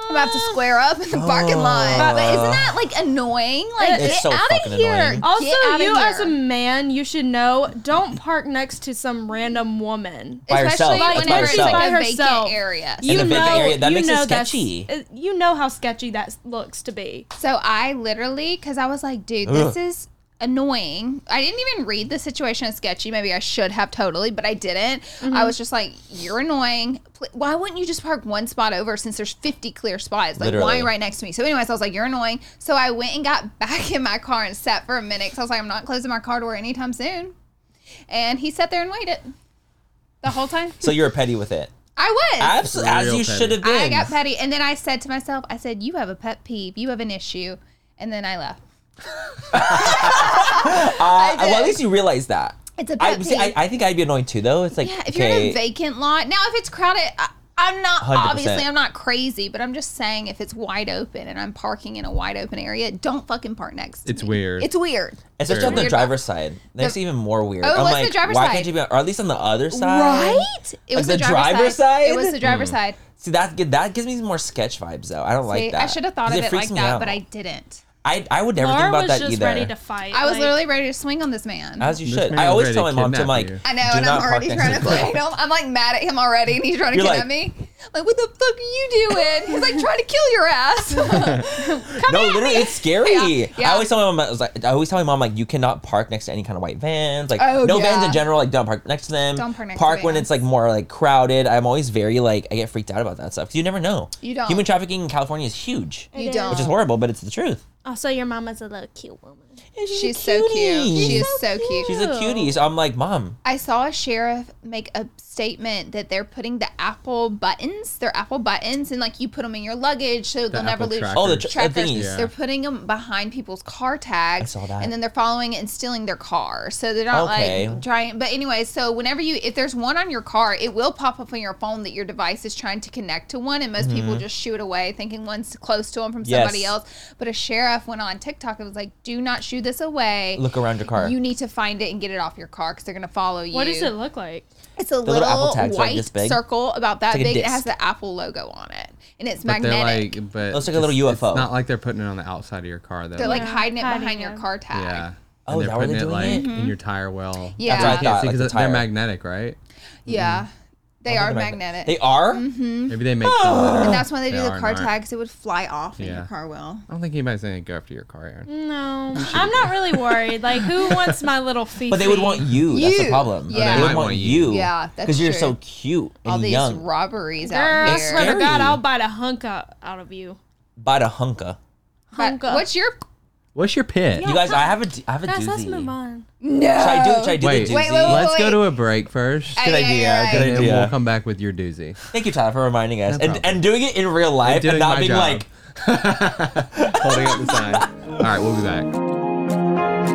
S1: I'm about to square up in the parking lot. But isn't that like annoying? Like
S4: It's
S1: get
S2: Oh. so
S1: out
S2: fucking
S1: of here.
S2: annoying.
S1: Get
S4: also
S1: out of
S4: you as a
S1: here.
S4: man, you should know don't park next to some random woman.
S2: by
S1: Especially
S2: herself. Like,
S1: whenever
S2: by
S1: it's
S2: herself.
S1: like a
S4: By herself.
S1: vacant area.
S4: You
S2: the
S4: know,
S2: vacant area, that
S4: you
S2: makes it
S4: know that's-
S2: sketchy.
S4: it- you know how sketchy that looks to be.
S1: So I literally, because I was like, dude, this is. annoying. I didn't even read the situation as sketchy. Maybe I should have totally, but I didn't. I was just like, you're annoying. Pl- Why wouldn't you just park one spot over since there's 50 clear spots? Like, why
S2: Literally.
S1: right next to me? So, anyways, I was like, you're annoying. So I went and got back in my car and sat for a minute because I was like, I'm not closing my car door anytime soon. And he sat there and waited the whole time.
S2: So you're petty with it.
S1: I was.
S2: Absolutely, as
S3: Real
S2: you
S3: petty.
S2: should have been.
S1: I got petty. And then I said to myself, I said, You have a pet peeve. You have an issue. And then I left.
S2: Uh,
S1: did.
S2: well, at least you realize that.
S1: It's a pet
S2: I, see, I,
S1: peeve.
S2: I think I'd be annoyed too, though. It's like,
S1: Yeah, if you're in
S2: okay,
S1: a vacant lot. Now, if it's crowded, I, I'm not,
S2: 100%.
S1: obviously, I'm not crazy, but I'm just saying if it's wide open and I'm parking in a wide open area, don't fucking park next to
S3: It's
S1: me.
S3: weird.
S1: It's weird.
S2: especially on the
S1: Weird.
S2: driver's side, that's even more weird.
S1: Oh, it
S2: I'm
S1: was the
S2: like,
S1: driver's
S2: why
S1: side.
S2: can't you be, on, or at least on the other side?
S1: Right? It was
S2: Like
S1: the,
S2: the
S1: driver's,
S2: driver's
S1: side. It
S2: side?
S1: was the
S3: Mm.
S1: driver's side.
S2: See, that gi- that gives me more sketch vibes, though. I don't
S1: See,
S2: like that.
S1: I should have thought
S2: 'Cause
S1: of it,
S2: freaks
S1: like
S2: me
S1: that,
S2: out.
S1: but I didn't.
S2: I, I would never
S4: Laura
S2: think about
S4: was
S2: that
S4: just
S2: either.
S4: ready to fight.
S1: I was
S4: like-
S1: literally ready to swing on this man.
S2: As you
S3: This
S2: should.
S3: man
S2: I
S3: was
S2: always
S3: ready
S2: tell my
S3: to
S2: mom, to, I'm
S3: kidnap
S2: like,
S3: you.
S1: I know,
S2: do
S1: and
S2: not
S1: I'm
S2: park
S1: already
S2: next
S1: trying to
S2: the
S1: play
S2: door.
S1: him. I'm like mad at him already, and he's trying to
S2: You're
S1: get
S2: like-
S1: at me. Like, what the fuck are you doing? He's like trying to kill your ass.
S2: No, literally, it's scary.
S1: Yeah, yeah.
S2: I always tell my mom, I was like, I always tell my mom, like, you cannot park next to any kind of white vans. Like,
S1: Oh,
S2: no vans
S1: yeah.
S2: in general. Like, don't park next to them.
S1: Don't park next to
S2: when
S1: vans.
S2: it's like more like crowded. I'm always very like, I get freaked out about that stuff because you never know.
S1: You don't.
S2: Human trafficking in California is huge,
S1: you
S4: is.
S1: don't.
S2: which is horrible, but it's the truth.
S4: Also, your mama's a little cute woman.
S2: And she's a
S1: She's so cute.
S2: cutie.
S1: She is so cute.
S2: She's a cutie. So I'm like, mom,
S1: I saw a sheriff make a statement that they're putting the Apple buttons, their Apple buttons, and like you put them in your luggage so they'll never
S3: Apple
S1: lose.
S3: tracker.
S2: oh, the, tr- the
S1: Trackers.
S2: thingies.
S3: Yeah.
S1: They're putting them behind people's car tags,
S2: saw that.
S1: and then they're following it and stealing their car. So they're not
S2: Okay.
S1: like trying. But anyway, so whenever you, if there's one on your car, it will pop up on your phone that your device is trying to connect to one, and most people just shoo it away, thinking one's close to them from somebody
S2: Mm-hmm. Yes.
S1: else. But a sheriff went on TikTok and was like, "Do not shoo this away.
S2: Look around your car.
S1: You need to find it and get it off your car because they're gonna follow you."
S4: What does it look like?
S1: It's a
S2: little
S1: little,
S2: Apple tags are like
S1: white
S2: this big.
S1: circle about that
S2: It's like a
S1: big. It
S2: disc.
S1: has the Apple logo on it, and it's
S3: But they're
S1: magnetic.
S3: like, but
S2: Looks like a little
S3: It's
S2: UFO.
S3: not like they're putting it on the outside of your car though.
S1: They're like
S4: Yeah,
S1: hiding it
S4: hiding
S1: behind your
S4: it.
S1: car tag.
S3: yeah.
S2: Oh,
S3: and
S2: is
S3: they're
S2: that where
S3: putting it
S2: they're
S3: like
S2: doing
S3: in your tire well.
S1: Mm-hmm. Yeah.
S2: That's what I
S3: Yeah,
S2: thought.
S3: see,
S2: like the
S3: because they're
S2: tire.
S3: magnetic, right?
S2: Mm-hmm.
S1: Yeah. They are magnetic. Mm-hmm.
S2: They are?
S3: Maybe they make some that
S1: Oh. and
S3: are-
S1: that's why they, do the
S3: are
S1: car
S3: not.
S1: tags. It would fly off in your
S3: Yeah.
S1: car will.
S3: I don't think anybody's gonna go after your car, Aaron.
S1: Mm.
S4: No, I'm not really worried. Like, who wants my little feet?
S2: But they would want you. That's the
S1: You.
S2: problem.
S1: Yeah.
S2: They
S3: They
S2: would
S3: might
S2: want
S3: want
S2: you.
S3: you.
S1: Yeah, that's
S2: Because you're
S1: true.
S2: so cute and
S1: All these
S2: young.
S1: robberies
S4: Girl, I
S1: out here.
S4: swear to
S2: Scary.
S4: God, I'll bite a hunk out, out of you.
S2: Bite a hunka.
S1: But
S4: Hunka.
S1: what's your
S3: What's your pit?
S2: You guys, I have a, d- I have a
S4: Guys,
S2: doozy.
S4: let's move on.
S2: Should I do, should I do
S3: Wait.
S2: the doozy?
S3: Wait,
S1: wait, wait.
S3: Let's go to a break first.
S1: Good
S2: idea, good
S3: and then
S2: idea.
S3: we'll come back with your doozy.
S2: Thank you, Tyler, for reminding us.
S3: No
S2: and,
S3: problem.
S2: and doing it in real life and,
S3: doing
S2: not
S3: my
S2: being
S3: job.
S2: like,
S3: Holding up the sign. All right, we'll be back.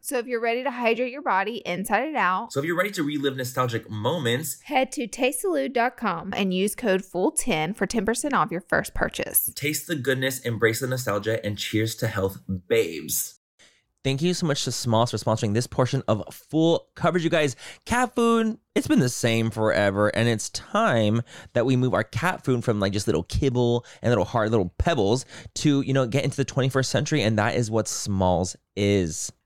S9: So if you're ready to hydrate your body inside and out,
S10: So if you're ready to relive nostalgic moments,
S9: head to tastesaloo.com and use code FULL10 for 10% off your first purchase.
S10: taste the goodness, embrace the nostalgia, and cheers to health, babes.
S2: Thank you so much to Smalls for sponsoring this portion of full coverage, you guys. Cat food, it's been the same forever, and it's time that we move our cat food from like just little kibble and little hard little pebbles to, you know, get into the 21st century, and that is what Smalls is.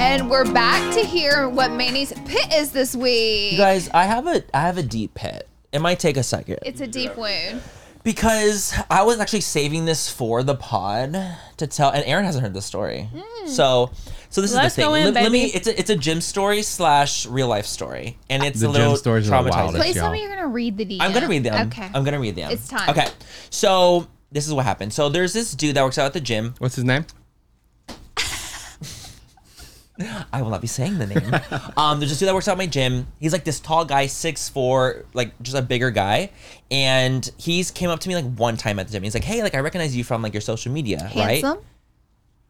S1: And we're back to hear what Manny's pit is this week.
S2: You guys, I have a I have a deep pit. It might take a second
S1: it's a deep wound.
S2: because I was actually saving this for the pod to tell, and Aaron hasn't heard this story. So, so this
S4: Let's
S2: is the thing.
S4: go in,
S2: let, let me.
S4: baby.
S2: It's a it's a gym story slash real life story, and it's
S3: The
S2: a
S3: gym
S2: little
S3: stories are the
S2: traumatizing.
S3: wildest.
S1: Please tell
S3: go.
S1: me you're gonna read the DM.
S2: I'm gonna read them.
S1: Okay.
S2: I'm gonna read them.
S1: It's time.
S2: Okay, so this is what happened. So there's this dude that works out at the gym.
S3: What's his name?
S2: I will not be saying the name. um, there's this dude that works out at my gym. He's like this tall guy, six four, like just a bigger guy. And he's came up to me like one time at the gym. He's like, "Hey, like I recognize you from like your social media, right?"
S1: Handsome.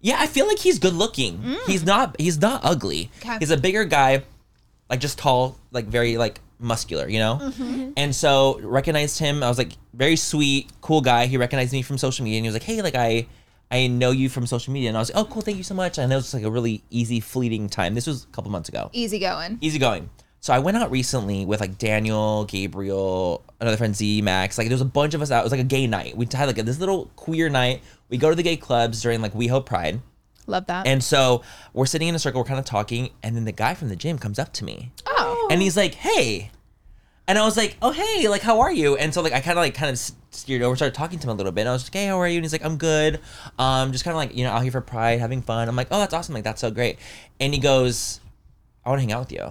S2: Yeah, I feel like he's good looking. He's not. He's not ugly.
S1: Okay.
S2: He's a bigger guy, like just tall, like very like muscular, you know. And so recognized him. I was like very sweet, cool guy. He recognized me from social media, and he was like, "Hey, like I." I know you from social media, and I was like, "Oh, cool! Thank you so much." And it was just like a really easy, fleeting time. This was a couple months ago
S1: Easy going.
S2: easy going. So I went out recently with like Daniel, Gabriel, another friend Z Max. Like there was a bunch of us out. It was like a gay night. We had like this little queer night. We go to the gay clubs during like We Hope Pride.
S1: Love that.
S2: And so we're sitting in a circle, we're kind of talking, and then the guy from the gym comes up to me.
S1: oh.
S2: And he's like, "Hey." And I was like, "Oh, hey, like how are you?" And so like I kind of like kind of steered over, started talking to him a little bit. And I was like, "Hey, how are you?" And he's like, "I'm good. Um just kind of like, you know, out here for pride, having fun." I'm like, "Oh, that's awesome. Like that's so great." And he goes, "I want to hang out with you."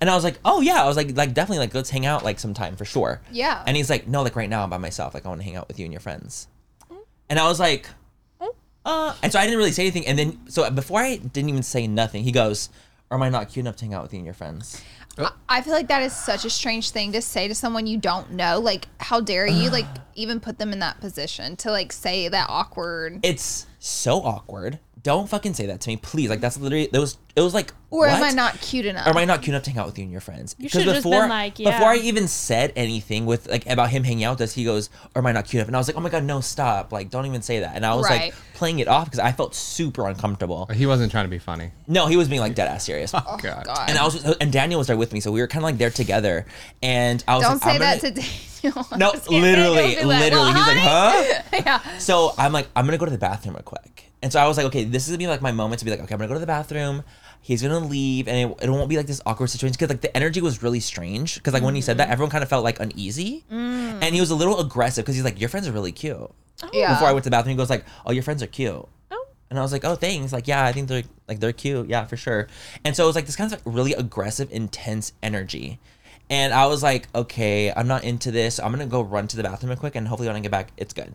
S2: And I was like, "Oh, yeah." I was like like definitely like let's hang out like sometime for sure.
S1: Yeah.
S2: And he's like, "No, like right now I'm by myself. Like I want to hang out with you and your friends." And I was like, uh, and so I didn't really say anything. And then, so before I didn't even say nothing, he goes, Or am I not cute enough to hang out with you and your friends?
S1: I feel like that is such a strange thing to say to someone you don't know. Like, how dare you? Like, even put them in that position to like say that awkward.
S2: It's so awkward. Don't fucking say that to me, please. Like, that's literally, it was, it was like,
S1: or am I
S2: what?
S1: not cute enough?
S2: Or am I not cute enough to hang out with you and your friends?
S4: You
S2: 'Cause
S4: should've just been
S2: before-
S4: like, yeah.
S2: Before I even said anything with like about him hanging out with us, he goes, "Or am I not cute enough?" And I was like, "Oh my god, no, stop! Like, don't even say that." And I was
S1: Right.
S2: like playing it off because I felt super uncomfortable.
S3: He wasn't trying to be funny.
S2: No, he was being like dead ass serious.
S1: oh God.
S2: and I was and Daniel was there with me, so we were kind of like there together. And I was
S1: don't
S2: like,
S1: say
S2: I'm
S1: that
S2: gonna-
S1: to Daniel.
S2: No, literally, literally. He's like, huh?
S1: yeah.
S2: So I'm like, I'm gonna go to the bathroom real quick. And so I was like, okay, this is gonna be like my moment to be like, okay, I'm gonna go to the bathroom. He's gonna leave, and it, it won't be like this awkward situation because like the energy was really strange. Because like when he said that, everyone kind of felt like uneasy, and he was a little aggressive because he's like, your friends are really cute.
S1: Yeah.
S2: Before I went to the bathroom, he goes like, oh, your friends are cute. And I was like, oh, thanks. Like, yeah, I think they're like they're cute. Yeah, for sure. And so it was like this kind of like really aggressive, intense energy. And I was like, okay, I'm not into this. I'm gonna go run to the bathroom real quick, and hopefully when I get back, it's good.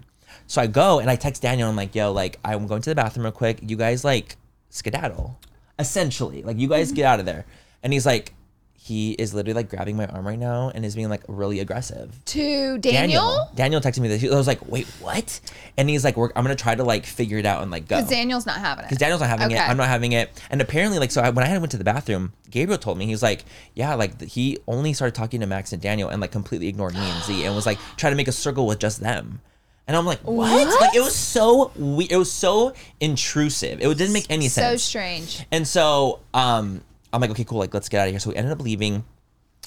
S2: So I go and I text Daniel. I'm like, yo, like I'm going to the bathroom real quick. You guys like skedaddle, essentially. Like you guys get out of there. And he's like, he is literally like grabbing my arm right now and is being like really aggressive.
S1: to Daniel.
S2: Daniel texted me this. I was like, wait, what? And he's like, We're, I'm gonna try to like figure it out and like go.
S1: Because Daniel's not having it.
S2: Because Daniel's not having it.
S1: Okay.
S2: I'm not having it. And apparently, like, so I, when I went to the bathroom, Gabriel told me, he's like, yeah, like, th- he only started talking to Max and Daniel and, like, completely ignored me and Z and was, like, trying to make a circle with just them. And I'm like, what? Like, it was so weird. It was so intrusive. It didn't make any
S1: so
S2: sense.
S1: strange.
S2: And so um, I'm like, okay, cool. Like, let's get out of here. So we ended up leaving.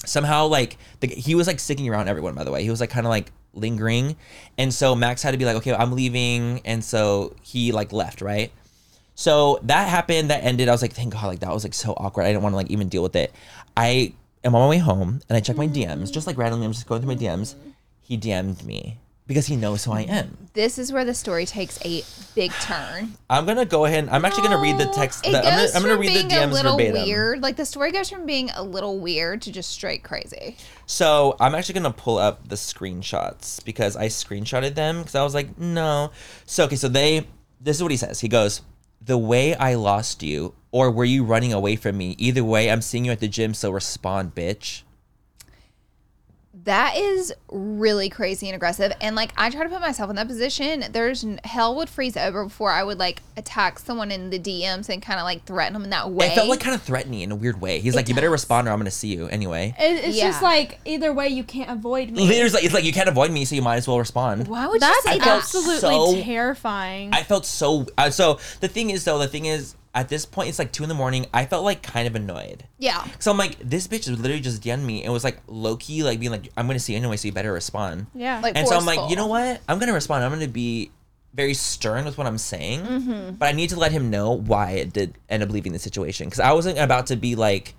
S2: Somehow, like, the, he was like sticking around everyone, by the way. He was like kind of like lingering. And so Max had to be like, okay, I'm leaving. And so he like left, right? So that happened. That ended. I was like, thank God. Like, that was like so awkward. I didn't want to like even deal with it. I
S1: Mm-hmm.
S2: am on my way home and I check my DMs, just like randomly. I'm just going through my DMs. He DM'd me because he knows who I am.
S1: This is where the story takes a big turn.
S2: I'm gonna go ahead. and I'm actually gonna read the text.
S1: It
S2: the- I'm gonna,
S1: goes
S2: I'm gonna
S1: from
S2: read the
S1: being a
S2: DMs
S1: little
S2: verbatim.
S1: weird. Like the story goes from being a little weird to just straight crazy.
S2: So I'm actually gonna pull up the screenshots because I screenshotted them because I was like, no. So okay, so they. This is what he says. He goes, "The way I lost you, or were you running away from me? Either way, I'm seeing you at the gym, so respond, bitch."
S1: That is really crazy and aggressive. And like I try to put myself in that position. There's n- hell would freeze over before I would like attack someone in the DMs and kind of like threaten them in that way.
S2: It felt like kind of threatening in a weird way. He's like, "You better respond, or I'm gonna see you anyway."
S4: It, it's
S1: Yeah.
S4: just like either way, you can't avoid me.
S2: It's like, it's like you can't avoid me, so you might as well respond.
S1: Why would
S4: That's
S1: you say that?
S4: absolutely
S2: so-
S4: terrifying.
S2: I felt so. Uh, so the thing is, though, the thing is, at this point, it's like two in the morning. I felt like kind of annoyed.
S1: Yeah.
S2: So I'm like, this bitch is literally just DM'd me and was like low key, like being like, I'm gonna see you anyway, so you better respond.
S4: yeah.
S1: Like
S2: and so I'm like,
S1: forceful.
S2: you know what? I'm gonna respond. I'm gonna be very stern with what I'm saying, but I need to let him know why it did end up leaving the situation because I wasn't about to be like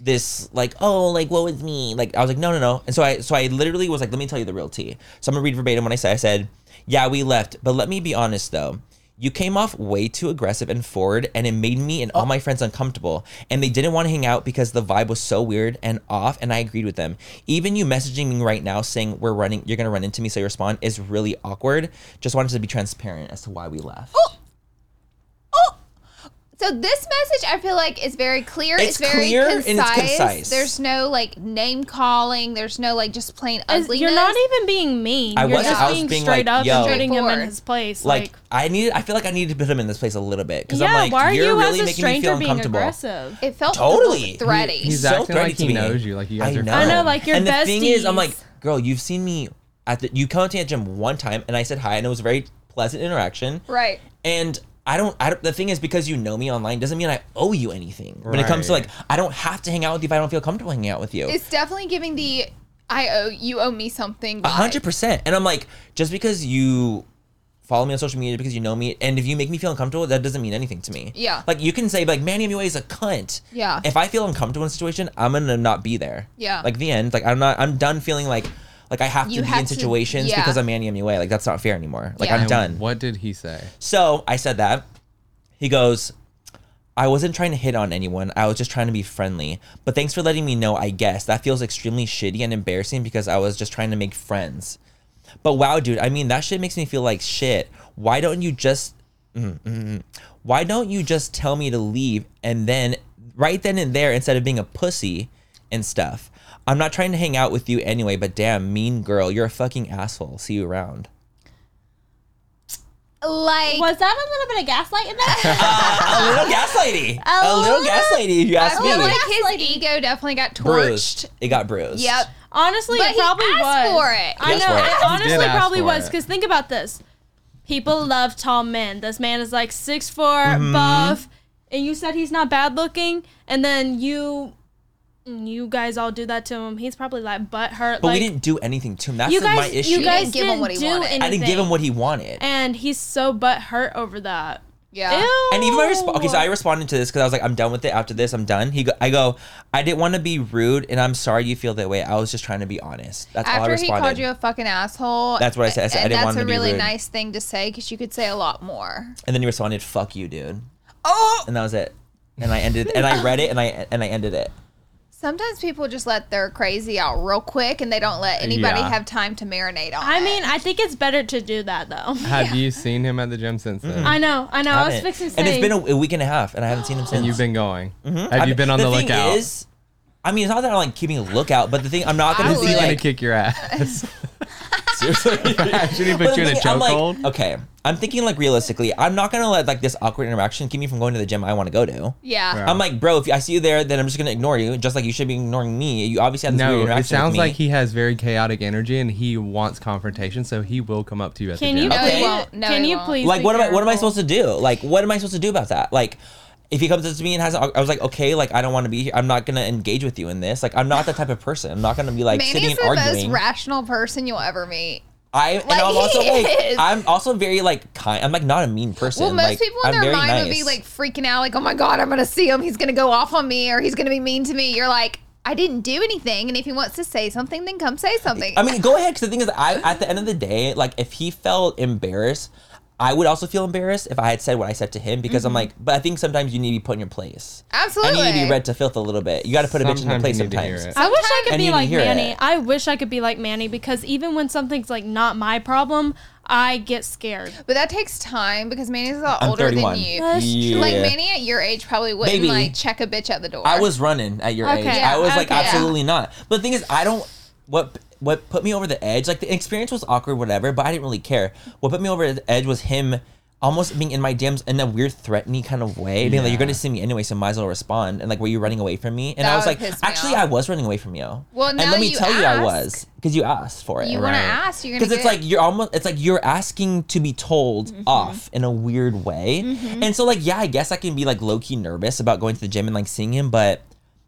S2: this like oh like what was me like I was like no no no and so I so I literally was like let me tell you the real tea so I'm gonna read verbatim when I said I said yeah we left but let me be honest though you came off way too aggressive and forward and it made me and
S4: Oh.
S2: all my friends uncomfortable and they didn't want to hang out because the vibe was so weird and off and I agreed with them even you messaging me right now saying we're running you're gonna run into me so you respond is really awkward just wanted to be transparent as to why we left
S4: Oh,
S1: So this message, I feel like, is very clear.
S2: It's
S1: It's, very
S2: clear and
S1: concise.
S2: it's concise.
S1: There's no like name calling. There's no like just plain
S4: As-
S1: ugliness.
S4: you're not even being mean.
S2: I
S4: you're
S2: was-
S4: just
S2: I was
S4: being,
S2: being
S4: straight
S2: like,
S4: up
S2: yo.
S4: and putting him in
S1: Straightforward.
S4: his place.
S2: like, I needed. I feel like I needed to put him in this place a little bit because I'm
S4: yeah,
S2: like,
S4: why are
S2: you're
S4: you
S2: really
S4: as a
S2: making me
S4: stranger
S2: feel
S4: being
S2: uncomfortable.
S4: aggressive?
S1: It felt
S2: Totally.
S1: totally threaty.
S3: He's
S2: so
S3: acting like
S2: threatening to
S3: he
S2: me.
S3: knows you, like you guys
S2: I
S3: are
S2: know.
S4: I know, like, you're
S2: and the thing is, I'm
S4: besties.
S2: like, girl, you've seen me at the. You come up to me at gym one time, and I said hi, and it was a very pleasant interaction.
S1: Right.
S2: And I don't. I don't. The thing is, because you know me online, doesn't mean I owe you anything. When it comes to
S3: Right.
S2: like, I don't have to hang out with you if I don't feel comfortable hanging out with you.
S1: It's definitely giving the I owe you owe me something.
S2: A
S1: vibe.
S2: hundred percent. And I'm like, just because you follow me on social media because you know me, and if you make me feel uncomfortable, that doesn't mean anything to me.
S1: Yeah.
S2: Like you can say like Manny MUA is a cunt.
S1: Yeah.
S2: If I feel uncomfortable in a situation, I'm gonna not be there.
S1: Yeah.
S2: Like the end. Like I'm not. I'm done feeling like like I have
S1: You
S2: to be
S1: have
S2: in
S1: to-
S2: situations
S1: yeah.
S2: because I'm Manny MUA. Like that's not fair anymore. Like
S1: Yeah.
S2: I'm
S1: And
S2: done.
S3: What did he say?
S2: So I said that. He goes, I wasn't trying to hit on anyone. I was just trying to be friendly. But thanks for letting me know, I guess. That feels extremely shitty and embarrassing because I was just trying to make friends. But wow, dude, I mean, that shit makes me feel like shit. Why don't you just. Mm, mm, mm. Why don't you just tell me to leave and then right then and there instead of being a pussy and stuff? I'm not trying to hang out with you anyway, but damn, mean girl, you're a fucking asshole. See you around.
S1: Like
S4: was that a little bit of gaslight in there?
S2: a little gaslighty. A little gaslighty, if you
S1: I
S2: ask me.
S1: feel like his ego definitely got torched.
S2: bruised. It got bruised.
S1: Yep.
S4: honestly,
S1: But
S4: it
S1: he
S4: probably
S1: asked
S4: was.
S1: for it.
S4: I
S2: Yes,
S4: know.
S2: for it.
S4: It
S2: He
S3: did
S4: honestly
S3: ask
S4: probably
S3: for
S4: was
S3: it.
S4: because think about this: people love tall men. This man is like six
S2: Mm-hmm.
S4: buff, and you said he's not bad looking, and then you. You guys all do that to him. He's probably like butt hurt.
S2: But
S4: like,
S2: we didn't do anything to him. That's
S4: you
S2: the- my
S4: guys,
S2: issue.
S4: you guys
S1: didn't give him what he
S4: do
S1: wanted. I
S4: Anything.
S2: I didn't give him what he wanted. And,
S4: and he's so butt hurt over that.
S1: Yeah.
S4: Ew.
S2: even my response. Okay, so I responded to this because I was like, I'm done with it. After this, I'm done. He, go- I go, I didn't want to be rude, and I'm sorry you feel that way. I was just trying to be honest. That's all I
S1: After he
S2: responded.
S1: called you a fucking asshole.
S2: That's what I said. I said, I
S1: and
S2: didn't
S1: that's
S2: want him
S1: a
S2: to be
S1: really
S2: rude.
S1: nice thing to say because you could say a lot more.
S2: and then he responded, "Fuck you, dude,"
S1: Oh,
S2: and that was it. And I ended. and I read it, and I and I ended it.
S1: sometimes people just let their crazy out real quick and they don't let anybody
S3: Yeah.
S1: have time to marinate on.
S4: I
S1: it.
S4: mean, I think it's better to do that though.
S3: Have you seen him at the gym since then?
S4: I know, I know. I was
S2: Haven't.
S4: fixing to say.
S2: and it's been a, a week and a half, and I haven't seen him since.
S3: You've been going. Have
S2: I've
S3: you been on the,
S2: thing
S3: lookout?
S2: Is, I mean, it's not that I'm like keeping a lookout, but the thing I'm not
S1: I
S2: gonna
S1: would.
S2: see
S3: He's gonna
S2: Oh, like
S3: kick your ass.
S2: seriously.
S3: Should he
S2: But
S3: put you in a
S2: the thing- I'm like,
S3: chokehold?
S2: okay, I'm thinking like realistically, I'm not gonna let like this awkward interaction keep me from going to the gym I want to go to.
S1: yeah.
S3: Yeah.
S2: I'm like, bro, if I see you there, then I'm just gonna ignore you, just like you should be ignoring me. You obviously had this weird
S3: No,
S2: interaction.
S3: it
S2: with
S3: sounds
S2: me.
S3: like he has very chaotic energy and he wants confrontation, so he will come up to you at
S4: Can
S3: the gym.
S4: you
S1: No,
S2: Okay.
S1: he won't. No,
S4: can
S1: he
S4: you
S1: won't.
S4: please?
S2: like
S4: be
S2: what am I what am I
S4: careful?
S2: supposed to do? Like what am I supposed to do about that? Like if he comes up to me and has I was like, okay, like I don't want to be here. I'm not gonna engage with you in this. Like I'm not that type of person. I'm not gonna be like sitting
S1: Manny's
S2: and
S1: the
S2: arguing.
S1: most rational person you'll ever meet.
S2: I and I'm
S1: he
S2: also like
S1: is.
S2: I'm also very like kind. I'm like not a mean person.
S1: Well, most
S2: like,
S1: people
S2: I'm
S1: in their
S2: very
S1: mind
S2: nice.
S1: would be like freaking out, like, "Oh my god, I'm gonna see him. He's gonna go off on me, or he's gonna be mean to me." You're like, I didn't do anything. And if he wants to say something, then come say something.
S2: I mean, go ahead. Because the thing is, I at the end of the day, like if he felt embarrassed, I would also feel embarrassed if I had said what I said to him. Because I'm like, but I think sometimes you need to be put in your place.
S1: Mm-hmm. absolutely.
S2: And you need to be read to filth a little bit. You got to put a bitch in your
S3: Sometimes
S2: place
S3: you need to hear
S2: sometimes.
S3: it.
S4: I wish I
S2: And
S4: could be
S2: you can
S4: like
S2: hear
S4: Manny.
S2: it.
S4: I wish I could be like Manny because even when something's like not my problem, I get scared.
S1: but that takes time because Manny's a lot
S2: I'm
S1: older
S2: 31.
S1: than you.
S4: That's
S2: Yeah.
S1: Like Manny at your age probably wouldn't
S2: Maybe.
S1: like check a bitch at the door.
S2: I was running at your
S4: Okay.
S2: age. I was like,
S4: Okay.
S2: absolutely not. But the thing is, I don't. What what put me over the edge? Like the experience was awkward, whatever. But I didn't really care. What put me over the edge was him almost being in my DMs in a weird, threatening kind of way, being like, "You're gonna see me anyway, so might as well respond." And like, were you running away from me? And
S1: That
S2: I was
S1: would
S2: like,
S1: piss me
S2: actually,
S1: off.
S2: I was running away from you.
S1: Well,
S2: and
S1: now
S2: let me
S1: you
S2: tell you, I
S1: ask.
S2: was because you asked for it.
S1: You want to ask? You're gonna
S2: because it's
S1: get-
S2: like you're almost it's like you're asking to be told off in a weird way and so like yeah i guess i can be like low-key nervous about going to the gym and like seeing him but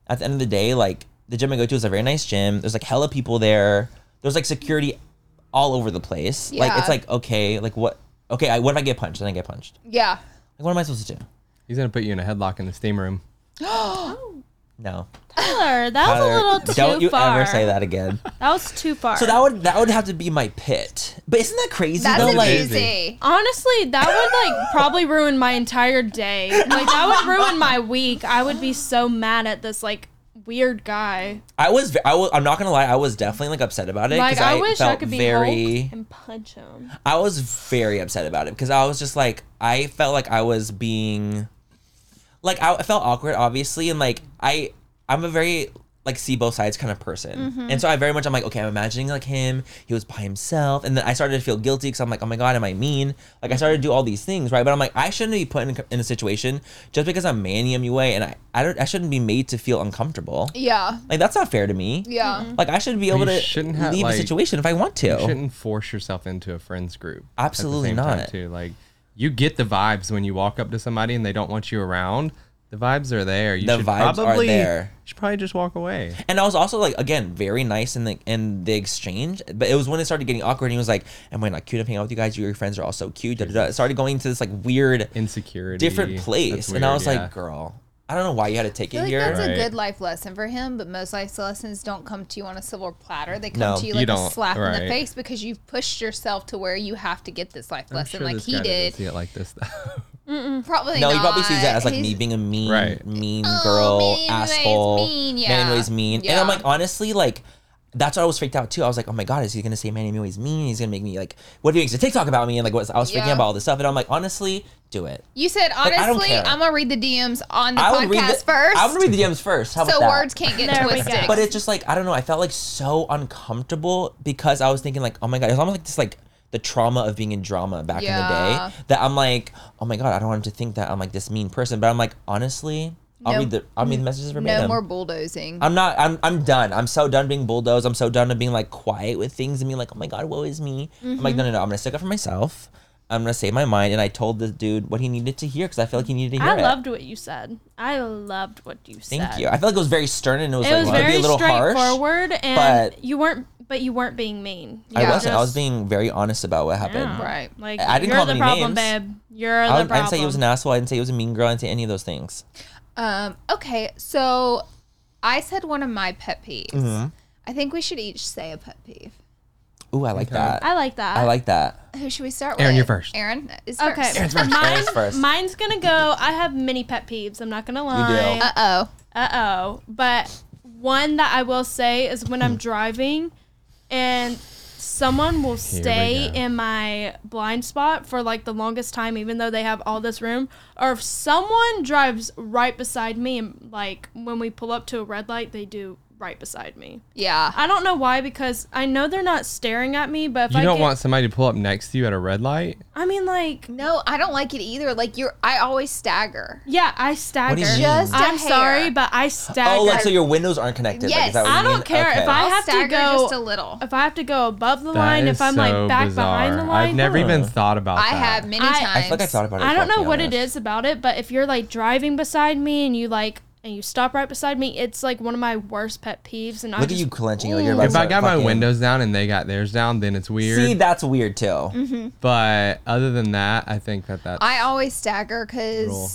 S2: at the end of the day like the gym i go to is a very nice gym there's like hella people there there's like security all over the place like
S1: Yeah.
S2: it's like okay like what okay I, what if i get punched then i get punched
S1: yeah.
S2: like what am i supposed to do
S3: He's gonna put you in a headlock in the steam room.
S2: no
S4: Tyler, that was
S2: Tyler,
S4: a little too
S2: don't you
S4: far.
S2: ever say that again
S4: That was too far.
S2: so that would that would have to be my pit but isn't that crazy
S1: That's
S2: though like
S1: abusing.
S4: Honestly, that would like probably ruin my entire day. Like that would ruin my week. I would be so mad at this like weird guy.
S2: I was, ve- I was, I'm not gonna lie, I was definitely like upset about it
S4: Like
S2: because
S4: I,
S2: I,
S4: wish
S2: felt
S4: I could be
S2: very,
S4: Hulk and punch him.
S2: I was very upset about it because I was just like, I felt like I was being, like I I felt awkward, obviously, and like I, I'm a very like see both sides kind of person,
S4: Mm-hmm.
S2: and so I very much I'm like, okay, I'm imagining like him, he was by himself, and then I started to feel guilty because I'm like, oh my god, am I mean? Like I started to do all these things, right? But I'm like, I shouldn't be put in, in a situation just because I'm Manny MUA, and I, I don't, I shouldn't be made to feel uncomfortable.
S1: Yeah.
S2: Like that's not fair to me.
S1: Yeah.
S2: Like I should be able
S3: you
S2: to
S3: shouldn't have,
S2: leave
S3: like-
S2: a situation if I want to.
S3: You shouldn't force yourself into a friends group. at the
S2: Absolutely
S3: same time,
S2: not.
S3: too, like you get the vibes when you walk up to somebody and they don't want you around. The vibes are there. You
S2: The
S3: should
S2: vibes are
S3: probably,
S2: there.
S3: You should probably just walk away.
S2: And I was also like, again, very nice in the in the exchange, but it was when it started getting awkward. And he was like, "Am I not cute? I'm hanging out with you guys. Your friends are all so cute." Da, da, da. It started going to this like weird,
S3: Insecurity.
S2: different
S3: that's
S2: place, and
S3: weird,
S2: I was
S3: yeah.
S2: like, "Girl, I don't know why you had to take
S1: I
S2: it
S1: feel like
S2: here."
S1: that's a
S3: Right.
S1: good life lesson for him, but most life lessons don't come to you on a silver platter. They come
S2: No,
S1: to
S2: you
S1: you like a
S3: don't.
S1: slap in the
S3: Right.
S1: face because you've pushed yourself to where you have to get this life
S3: I'm
S1: lesson,
S3: sure
S1: like
S3: this
S1: he
S3: guy doesn't
S1: did.
S3: See it like this. Though.
S1: Probably
S2: No,
S1: not.
S2: he probably sees that as like me
S1: He's-
S2: being a mean,
S3: Right.
S2: mean
S1: Oh,
S2: girl,
S1: Manny Ray's
S2: asshole.
S1: mean, yeah.
S2: Manny Ray's mean. And I'm
S1: Yeah.
S2: like, honestly, like, that's what I was freaked out too. I was like, oh my god, is he gonna say Manny Ray's mean? He's gonna make me like, what if he makes a TikTok about me? And like, what I was freaking out
S1: Yeah.
S2: about all this stuff. And I'm like, honestly, do it.
S1: You said
S2: I don't
S1: honestly,
S2: care.
S1: I'm gonna read the DMs on the
S2: I
S1: podcast
S2: would read the,
S1: first,
S2: I would read the DMs first. How
S1: so
S2: about that?
S1: words can't get
S4: There we go.
S1: twisted.
S2: But it's just like I don't know. I felt like so uncomfortable because I was thinking like, oh my god, it's almost like this like the trauma of being in drama back
S1: Yeah.
S2: in the day that I'm like, oh my god, I don't want him to think that I'm like this mean person. But I'm like, honestly, I'll
S1: No-
S2: read the I'll read the messages verbatim.
S1: no more bulldozing.
S2: I'm not. I'm. I'm done. I'm so done being bulldozed. I'm so done of being like quiet with things and being like, oh my god, woe is me. I'm like, no,
S4: Mm-hmm.
S2: no, no. I'm gonna stick up for myself. I'm gonna say my mind. And I told this dude what he needed to hear because I feel like he needed to hear
S4: I
S2: it.
S4: loved what you said. I loved what you said.
S2: Thank you. I feel like it was very stern and it was
S4: It
S2: like
S4: was
S2: maybe
S4: very
S2: a little harsh.
S4: straightforward, and
S2: but-
S4: you weren't. But you weren't being mean.
S1: Yeah.
S2: I wasn't. I was
S4: Just-
S2: being very honest about what happened.
S4: Yeah.
S1: Right.
S4: Like
S2: I- I didn't
S4: you're
S2: call
S4: the
S2: him any
S4: problem,
S2: names.
S4: babe. You're the
S2: I,
S4: problem.
S2: would, I didn't say he was an asshole. I didn't say he was a mean girl. I didn't say any of those things.
S1: Um, okay, so I said one of my pet peeves.
S2: Mm-hmm.
S1: I think we should each say a pet peeve.
S2: Ooh, I like that.
S4: I like that.
S2: I like that.
S1: Who should we start
S3: Aaron,
S1: with?
S3: you're first.
S1: Aaron is first.
S4: Okay,
S2: Aaron's first.
S4: mine, mine's gonna go. I have many pet peeves. I'm not gonna lie.
S2: do.
S1: Uh oh.
S4: Uh oh. But one that I will say is when I'm driving and someone will stay
S3: go.
S4: in my blind spot for like the longest time, even though they have all this room, or if someone drives right beside me, and like when we pull up to a red light, they do right beside me.
S1: Yeah.
S4: I don't know why because I know they're not staring at me, but if
S3: You
S4: I
S3: don't
S4: get-
S3: want somebody to pull up next to you at a red light.
S4: I mean, like,
S1: No, I don't like it either. Like you're, I always stagger.
S4: yeah, I stagger.
S2: do
S3: Mm.
S2: you mean?
S1: Just a
S4: I'm
S1: hair.
S4: sorry, but I stagger.
S2: Oh, like so your windows aren't connected. like,
S1: Yes,
S2: is that what you
S4: I don't
S2: mean?
S4: care if
S2: Okay.
S4: I
S1: I'll
S4: have to
S1: stagger
S4: go-
S1: just a little.
S4: if I have to go above the
S3: That
S4: line,
S3: is
S4: if I'm like
S3: so
S4: back
S3: bizarre.
S4: behind the line,
S3: I've never
S2: huh?
S3: even thought about
S1: I
S3: that.
S1: have many
S4: I- I
S1: times.
S2: I feel like I thought about it.
S4: I
S2: before,
S4: don't know
S2: to be
S4: what it
S2: honest.
S4: is about it, but if you're like driving beside me and you like and you stop right beside me, it's like one of my worst pet peeves. And I
S2: Look at
S4: just,
S2: you clenching. Like you're about
S3: If I
S2: to
S3: got my
S2: fucking-
S3: windows down and they got theirs down, then it's weird.
S2: See, that's weird too.
S4: Mm-hmm.
S3: But other than that, I think that that's
S1: I always stagger because
S3: Rule.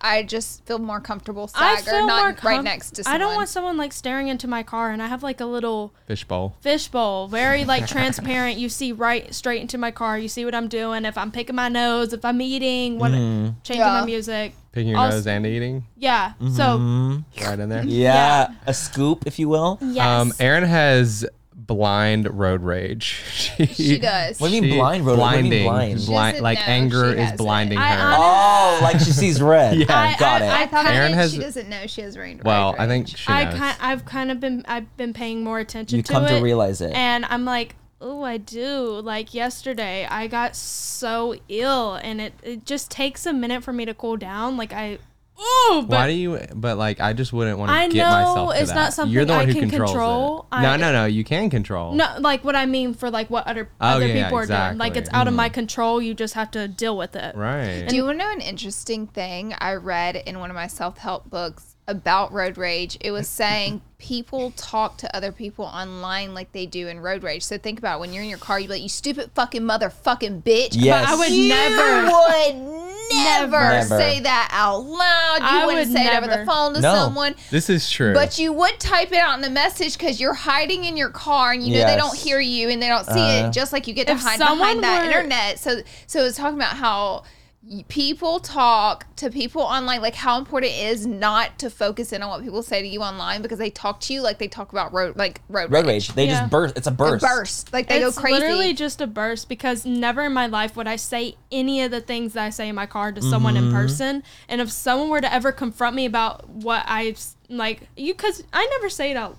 S1: I just feel more comfortable
S4: I
S1: staggered,
S4: feel
S1: not
S4: more
S1: right
S4: com-
S1: next to
S4: I
S1: someone.
S4: don't want someone like staring into my car, and I have like a little
S3: Fishbowl.
S4: fishbowl, very like transparent. You see right straight into my car. You see what I'm doing. If I'm picking my nose, if I'm eating, what
S3: Mm.
S4: changing
S1: Yeah.
S4: my music.
S3: Picking your
S4: Also-
S3: nose and eating
S4: Yeah.
S3: Mm-hmm.
S4: So
S3: right in there.
S2: Yeah, a scoop, if you will.
S4: yes.
S3: Um, Aaron has blind road rage. She,
S1: She does.
S2: What do you mean blind road? What do you mean
S3: Blinding.
S2: blind?
S3: Bli-
S1: She doesn't
S3: like
S1: know
S3: anger
S1: she
S3: is
S1: has it.
S3: blinding
S4: I
S3: her.
S4: honestly-
S2: Oh, like she sees red.
S3: Yeah.
S4: I-
S2: got
S4: I-
S2: it.
S1: I thought
S3: Aaron
S1: it,
S3: has-
S1: she doesn't know she has range.
S3: well,
S1: rage
S3: I think
S1: rage.
S3: she
S4: I
S3: knows.
S4: kind I've kind of been I've been paying more attention
S2: you
S4: to
S2: come
S4: it,
S2: to realize it.
S4: and I'm like, oh, I do. Like yesterday, I got so ill, and it it just takes a minute for me to cool down. Like I, ooh,
S3: Why
S4: but
S3: do you? But like, I just wouldn't want
S4: I
S3: to get myself
S4: know
S3: to
S4: it's
S3: that.
S4: not something
S3: You're the one
S4: I
S3: who
S4: can
S3: controls
S4: control.
S3: It. no,
S4: I-
S3: no, no. You can control.
S4: no, like what I mean for like what other
S3: Oh,
S4: other
S3: yeah, yeah,
S4: people are doing. Like
S3: exactly.
S4: it's out of
S2: Mm-hmm.
S4: my control. You just have to deal with it.
S3: Right.
S1: Do you want to know an interesting thing I read in one of my self help books about road rage? It was saying people talk to other people online like they do in road rage. So think about it. when you're in your car, you be like, you stupid fucking motherfucking bitch.
S2: Yes.
S4: I would
S1: You
S4: never.
S1: would never,
S2: Never.
S1: say that out loud. You
S4: I
S1: wouldn't
S4: would
S1: say it over the
S4: never.
S1: phone to
S2: No.
S1: someone.
S3: This is true.
S1: But you would type it out in a message because you're hiding in your car and you know they
S2: Yes.
S1: don't hear you and they don't see it. Just like you get to
S4: If
S1: hide
S4: someone
S1: behind that
S4: were-
S1: internet. So so it's talking about how y- people talk to people online like how important it is not to focus in on what people say to you online because they talk to you like they talk about road like road,
S2: Red rage. They
S4: Yeah.
S2: just burst. It's a
S1: They
S2: burst.
S1: burst like they
S4: it's
S1: go crazy
S4: literally just a burst because never in my life would I say any of the things that I say in my car to someone in person. And if someone were to ever confront me about what I like, you because I never say it out.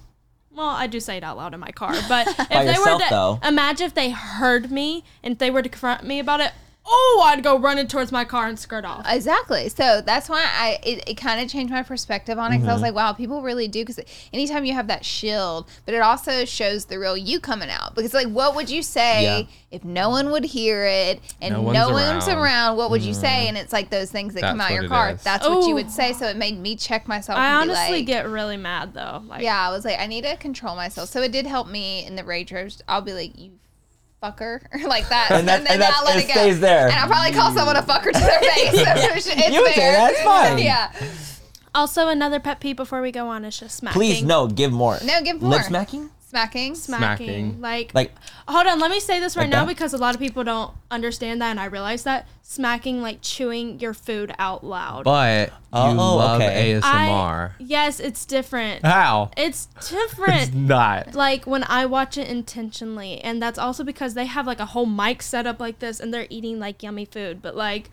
S4: Well, I do say it out loud in my car, but if they
S2: yourself,
S4: were to
S2: though.
S4: imagine if they heard me and if they were to confront me about it, oh, I'd go running towards my car and skirt off.
S1: Exactly. So that's why I it, it kind of changed my perspective on it because I was like, wow, people really do. Because anytime you have that shield, but it also shows the real you coming out. Because like, what would you say
S2: Yeah.
S1: if no one would hear it and
S3: No
S1: no
S3: one's
S1: one's,
S3: around.
S1: around. What would you say? And it's like those things that come
S3: That's
S1: out
S3: what
S1: your
S3: it
S1: car.
S3: is.
S1: That's what you
S4: Ooh.
S1: would say. So it made me check myself.
S4: I
S1: and be
S4: honestly
S1: like-
S4: get really mad though. Like,
S1: Yeah, I was like, I need to control myself. So it did help me in the rage rage. I'll be like, you. Fucker, like that,
S2: And that- and that's- it stays there.
S1: And I probably call someone a fucker to their face. So it's
S2: You would say
S1: there.
S2: that's fine.
S1: yeah,
S4: Also, another pet peeve before we go on is just smacking.
S2: Please no, give more.
S1: No, give more.
S2: Lip smacking.
S1: smacking.
S4: smacking.
S3: Smacking.
S4: Like,
S2: Like
S4: hold on, let me say this right
S2: Like
S4: now
S2: that?
S4: because a lot of people don't understand that, and I realize that smacking like chewing your food out loud.
S3: but you
S2: Oh,
S3: love
S2: okay.
S4: I-
S3: ASMR.
S4: yes, it's different.
S3: How?
S4: It's
S3: Ah. It's
S4: different.
S3: not.
S4: Like when I watch it intentionally, and that's also because they have like a whole mic set up like this, and they're eating like yummy food. But like,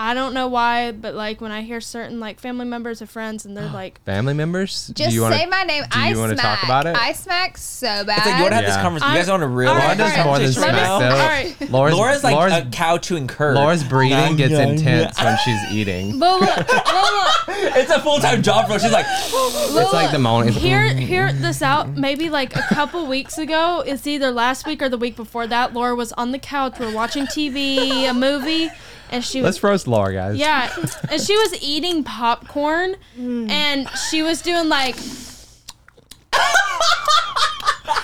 S4: I don't know why, but like when I hear certain like family members or friends, and
S3: Ah.
S4: they're like,
S3: Family members?
S1: Just
S3: do you wanna,
S1: say my name.
S3: Do
S1: I
S3: you wanna
S1: smack.
S3: talk about it?
S1: I smack so bad.
S2: It's like you want to have this
S3: Yeah.
S2: conversation. You guys want a real
S4: Alright,
S3: Laura
S2: life
S3: does
S4: alright,
S3: more than
S2: conversation
S4: let
S3: smack.
S4: me-
S2: now?
S4: all right.
S3: Laura's,
S2: Laura's like
S3: Laura's,
S2: a cow chewing curd.
S3: Laura's breathing gets
S2: Yum, yum,
S3: intense
S2: yum.
S3: when she's eating.
S4: But look, look, look,
S2: It's a full time job for her. She's like,
S3: It's like the moaning. It's like,
S4: Hear, hear this out. Maybe like a couple weeks ago, it's either last week or the week before that. Laura was on the couch. We're watching TV, a movie, and she was
S3: Let's roast Laura, guys.
S4: yeah, and she was eating popcorn,
S1: Mm.
S4: and she was doing like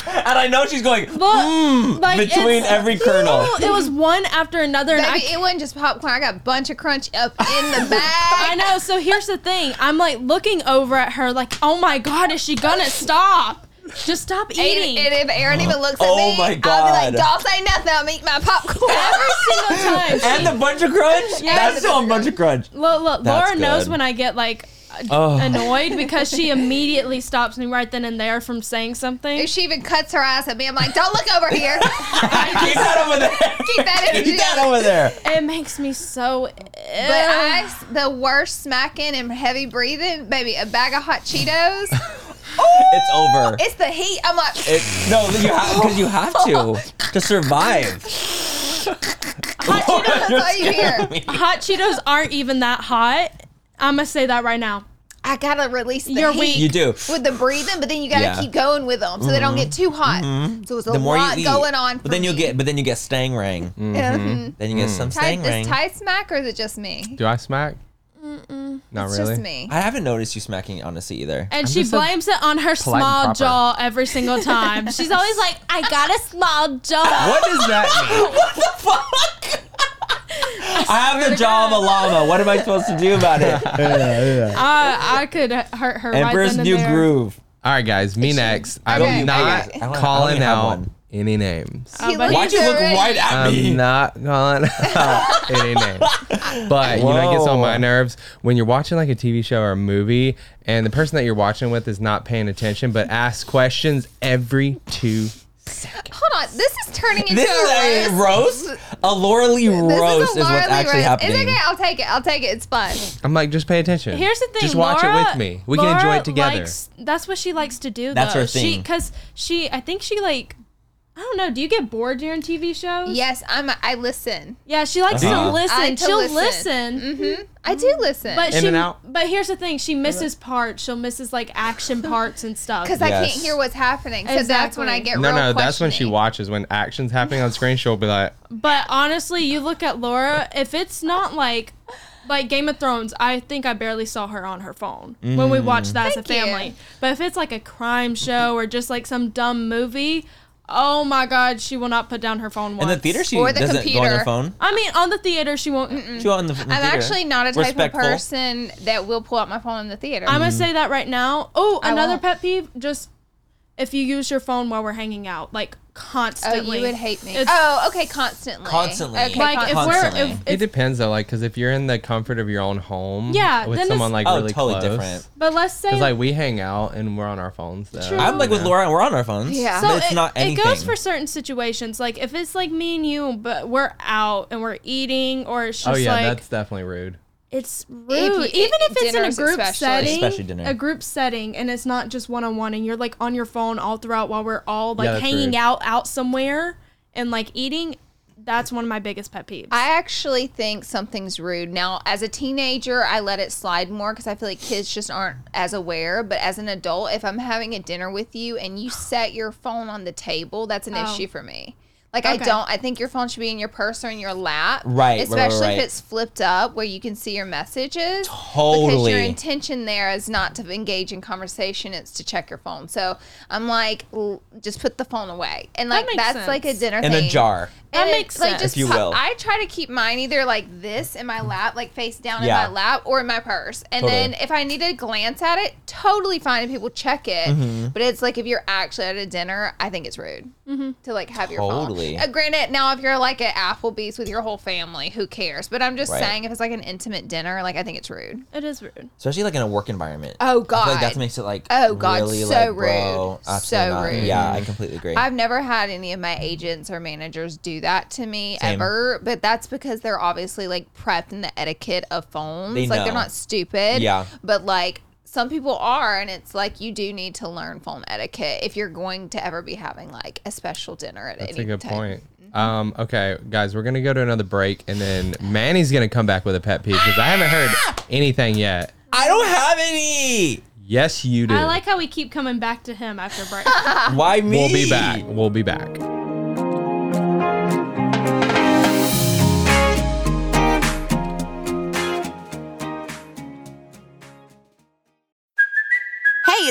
S2: and I know she's going
S4: look, like
S2: between
S4: it's-
S2: every kernel.
S4: It was one after another, and I
S1: Baby, it wasn't just popcorn. I got a bunch of crunch up in the bag.
S4: I know. So here's the thing. I'm like looking over at her, like, oh my god, is she gonna stop? Just stop eating.
S1: And, and if Aaron even looks at
S2: Oh
S1: me,
S2: my
S1: I'll be like,
S2: God.
S1: "Don't say nothing. I'm eating my popcorn."
S4: Every single time. she-
S2: And the bunch of crunch?
S4: Yeah,
S2: That's
S4: the
S2: still a bunch of crunch.
S4: Look, look,
S2: That's
S4: Laura knows
S2: good.
S4: when I get like a-
S2: Oh.
S4: annoyed because she immediately stops me right then and there from saying something.
S1: if she even cuts her eyes at me, I'm like, "Don't look over here.
S2: Keep that over there.
S1: Keep that energy."
S2: Keep that
S1: up."
S2: over there.
S4: It makes me so.
S1: But I, the worst smacking and heavy breathing, baby, a bag of hot Cheetos.
S2: It's over.
S1: It's the heat. I'm like,
S2: It, no, you have because you have to to survive.
S1: that's all you hear.
S4: hot Cheetos aren't even that hot. I'm gonna say that right now.
S1: I gotta release the
S4: You're
S1: heat.
S4: weak.
S2: You do.
S1: with the breathing, but then you got to
S2: Yeah. Mm-hmm.
S1: keep going with them so they don't get too hot. So it's a
S2: The more
S1: lot
S2: you eat,
S1: going on.
S2: but then you'll get, mm-hmm. but then you get stang ring.
S1: mm
S2: Then you get some
S1: Ty,
S2: stang
S1: is
S2: ring.
S1: Ty smack or is it just me?
S3: Do I smack? Mm-mm. Not
S1: It's
S3: really.
S1: just me.
S2: I haven't noticed you smacking honestly either.
S4: And she
S3: just so
S4: blames it on her
S3: and
S4: small
S3: proper.
S4: jaw every single time. She's always like, "I got a small jaw."
S3: What does that mean?
S2: What the fuck? I have the jaw of a llama. What am I supposed to do about it?
S11: yeah, yeah.
S4: I, I could hurt her.
S2: Emperor's
S4: right then and
S2: New
S4: there.
S2: Groove.
S3: All right, guys, me next. I'm
S1: Okay,
S3: not
S1: okay.
S2: I want- I
S3: calling
S2: only have
S3: out
S2: one.
S3: any names.
S1: He
S4: Uh, but-
S2: Why'd you
S1: looked
S2: look
S1: already-
S2: right at me?
S3: I'm not calling out any names. But you know, it gets on my
S2: Whoa.
S3: nerves when you're watching like a TV show or a movie and the person that you're watching with is not paying attention but asks questions every two
S1: Hold on, this is turning into
S2: This is
S1: a
S2: a
S1: roast.
S2: roast. A Laura Lee
S1: This
S2: roast is,
S1: a
S2: what's
S1: Laura Lee
S2: actually
S1: roast.
S2: happening.
S1: It's okay. I'll take it. I'll take it. It's fun.
S3: I'm like, just pay attention.
S4: Here's the thing.
S3: Just watch
S4: Laura-
S3: it with me. We can enjoy
S4: Laura
S3: it together.
S4: likes- that's what she likes to do.
S2: That's
S4: though.
S2: her
S4: She
S2: thing.
S4: because she, I think she like, I don't know. Do you get bored during TV shows?
S1: Yes, I'm. I listen.
S4: Yeah, she likes
S2: Uh-huh.
S4: to listen.
S1: I like to
S4: She'll listen.
S1: listen. Mm-hmm. I do listen.
S4: But
S3: In
S4: she,
S3: and out.
S4: but here's the thing: she misses parts. She'll misses like action parts and stuff.
S1: because I can't
S2: Yes.
S1: hear what's happening, so that's when I
S4: Exactly.
S1: get
S3: no,
S1: real
S3: no, that's when she
S1: questioning.
S3: watches. When action's happening on screen, she'll be like,
S4: But honestly, you look at Laura. If it's not like, like Game of Thrones, I think I barely saw her on her phone when we watched that as a
S1: Thank you.
S4: family. But if it's like a crime show or just like some dumb movie, oh my God, she will not put down her phone.
S2: In
S4: Once.
S2: the theater, she
S1: Or the
S2: doesn't go on
S1: computer.
S2: her phone.
S4: I mean, on the theater, she won't.
S2: She went on the, the
S1: I'm
S2: theater.
S1: actually not a type
S2: Respectful.
S1: of person that will pull out my phone in the theater.
S4: I'm gonna say that right now. Oh,
S1: I
S4: another
S1: won't.
S4: pet peeve: just if you use your phone while we're hanging out, like
S1: oh,
S4: constantly.
S1: you would hate me.
S4: It's-
S1: oh, okay, constantly.
S2: Constantly.
S1: Okay,
S4: like if
S1: constantly.
S2: Constantly.
S4: we're if,
S3: it
S4: if
S3: depends though, like, because if you're in the comfort of your own home,
S4: Yeah,
S3: with
S4: then
S3: someone
S4: it's-
S3: like
S2: Oh,
S3: really
S2: totally
S3: close,
S2: different.
S4: but let's say
S3: Because like we hang out and we're on our phones though.
S4: True.
S2: I'm like with Laura, and we're on our phones.
S1: Yeah.
S2: but it's
S4: it,
S2: not anything.
S4: it goes for certain situations. Like if it's like me and you, but we're out and we're eating, or it's
S3: Oh
S4: just
S3: yeah,
S4: like
S3: that's definitely rude.
S4: it's rude.
S1: you-
S4: Even if it's in a
S1: dinners
S4: group
S1: especially.
S4: setting,
S2: Especially dinner.
S4: a group setting, and it's not just one on one, and you're like on your phone all throughout while we're all like
S3: that's
S4: hanging
S3: rude.
S4: out out somewhere and like eating. That's one of my biggest pet peeves.
S1: I actually think something's rude. Now, as a teenager, I let it slide more because I feel like kids just aren't as aware. But as an adult, if I'm having a dinner with you and you set your phone on the table, that's an
S4: Oh.
S1: issue for me. Like I
S4: Okay.
S1: don't. I think your phone should be in your purse or in your lap,
S2: Right, right,
S1: Especially
S2: right,
S1: if
S2: right.
S1: it's flipped up where you can see your messages. Because your
S2: Totally.
S1: intention there is not to engage in conversation; it's to check your phone. So I'm like, l- just put the phone away, and
S4: That
S1: like
S4: makes
S1: that's
S4: sense.
S1: like a dinner
S2: in
S1: thing.
S2: a jar.
S4: That
S1: And
S4: makes
S1: like
S4: sense.
S1: just
S2: If you
S1: po-
S2: will.
S1: I try to keep mine either like this in my lap, like face down
S2: Yeah.
S1: in my lap, or in my purse. And
S2: Totally.
S1: then if I need to glance at it, totally fine. And people check it,
S2: Mm-hmm.
S1: but it's like if you're actually at a dinner, I think it's rude
S4: Mm-hmm.
S1: to like have your
S2: Totally.
S1: phone. Uh, granted, now if you're like at Applebee's with your whole family, who cares? But I'm just
S2: Right.
S1: saying, if it's like an intimate dinner, like I think it's rude.
S4: it is rude.
S2: Especially like in a work environment.
S1: Oh,
S2: I feel like
S1: God.
S2: that makes it like
S1: Oh, God,
S2: really
S1: so
S2: like,
S1: rude.
S2: bro,
S1: So
S2: absolutely not.
S1: rude.
S2: Yeah, I completely agree.
S1: I've never had any of my agents or managers do that to me
S2: Same.
S1: ever, but that's because they're obviously like prepped in the etiquette of phones.
S2: They
S1: like they're
S2: know.
S1: not stupid.
S2: Yeah.
S1: But like some people are, and it's like you do need to learn phone etiquette if you're going to ever be having like a special dinner at
S3: That's
S1: any Mm-hmm.
S3: a good
S1: time.
S3: point. Um, okay, guys, we're gonna go to another break, and then Manny's gonna come back with a pet peeve because I
S1: Ah!
S3: haven't heard anything yet.
S2: I don't have any.
S3: Yes, you do.
S4: I like how we keep coming back to him after break.
S1: Ah.
S2: Why me?
S3: We'll be back. We'll be back.
S5: Hey,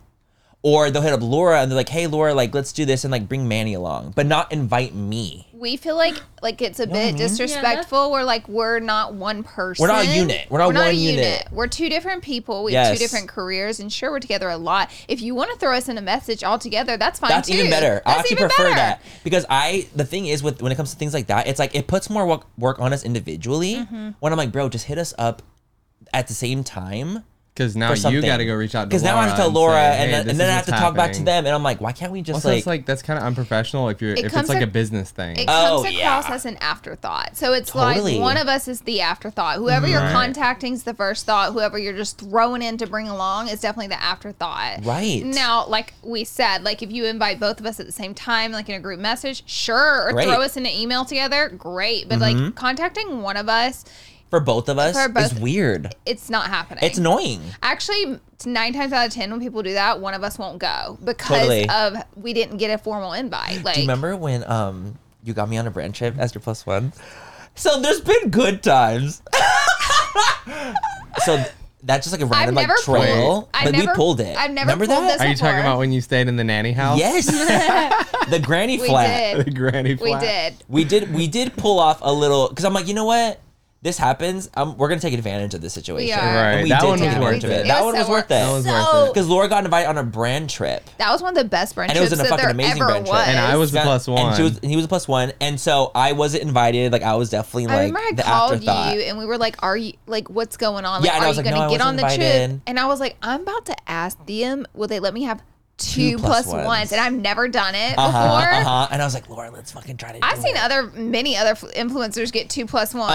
S2: Or they'll hit up Laura and they're like, hey, Laura, like let's do this and like bring Manny along, but not invite me.
S1: we feel like like it's a bit disrespectful. We're like we're not one person.
S2: not a unit. We're not one unit.
S1: We're two different people. We have
S2: Yes.
S1: two different careers, and sure, we're together a lot. If you want to throw us in a message all together, that's fine.
S2: That's
S1: too.
S2: even better. I
S1: That's
S2: actually
S1: even
S2: prefer
S1: better.
S2: that because I the thing is with when it comes to things like that, it's like it puts more work, work on us individually.
S1: Mm-hmm.
S2: When I'm like, bro, just hit us up at the same time.
S3: Because now
S2: for
S3: you
S2: something.
S3: got to go reach out to
S2: Because now I have to tell
S3: and
S2: Laura,
S3: say,
S2: and,
S3: "Hey,
S2: then,
S3: this
S2: and then
S3: is
S2: I have
S3: what's
S2: to talk back to
S3: happening."
S2: them, and I'm like, why can't we just
S3: Also,
S2: like,
S3: it's like that's kind of unprofessional if you're
S1: It
S3: if
S1: comes
S3: it's like a
S1: ac-
S3: business thing.
S1: It
S2: Oh,
S1: comes
S2: yeah.
S1: across as an afterthought. So it's
S2: Totally.
S1: like one of us is the afterthought. Whoever you're contacting is the first thought. Whoever you're just throwing in to bring along is definitely the afterthought.
S2: Right.
S1: Now, like we said, like if you invite both of us at the same time, like in a group message, sure. Or
S2: Great. Mm-hmm.
S1: throw us in an email together, great. But like contacting one of us,
S2: for both of us
S1: For
S2: is
S1: both-
S2: weird.
S1: it's not happening.
S2: It's annoying.
S1: Actually, nine times out of ten, when people do that, one of us won't go because
S2: Totally.
S1: of we didn't get a formal invite. Like,
S2: Do you remember when um you got me on a brand trip as your plus one? So there's been good times. so th- that's just like a random like
S1: never pulled-
S2: trail,
S1: I've
S2: but
S1: never-
S2: we pulled it.
S1: I've never
S2: remember
S1: pulled
S2: that.
S1: this
S3: Are you talking
S1: before.
S3: about when you stayed in the nanny house?
S2: Yes, the granny
S1: we
S2: flat.
S1: did.
S3: the granny
S1: We
S3: flat?
S1: did.
S2: We did. We did pull off a little because I'm like, you know what? This happens. Um, we're gonna take advantage of this situation.
S1: are.
S2: And
S3: Right,
S2: we
S3: that
S2: did
S3: one
S2: take
S3: was
S2: advantage
S3: worth
S2: of
S3: it.
S2: it.
S3: It
S2: That
S1: was
S2: one
S1: so
S2: was worth
S1: worth
S3: That was
S2: it.
S3: worth it.
S2: Because Laura got invited on a brand trip.
S1: That was one of the best brand
S2: And it was
S1: trips
S2: in
S1: that
S2: a fucking
S1: there
S2: amazing
S1: ever
S2: brand trip.
S1: was.
S3: And I was the
S2: Yeah,
S3: plus one.
S2: And, she was, and he was a plus one. And so I wasn't invited. Like I was definitely
S1: I
S2: like
S1: remember I
S2: the
S1: called you
S2: afterthought.
S1: and we were like, "Are you like what's going on? Like,
S2: Yeah, and
S1: are
S2: I was
S1: you
S2: like,
S1: going to
S2: "No, I
S1: get on
S2: wasn't
S1: the
S2: invited."
S1: trip?" And I was like, "I'm about to ask them, will they let me have two,
S2: Two plus
S1: plus
S2: ones.
S1: ones. And I've never done it
S2: Uh huh.
S1: before.
S2: Uh huh. And I was like, Laura, let's fucking try to.
S1: I've
S2: do
S1: seen
S2: it.
S1: other many other fl- influencers get two plus ones.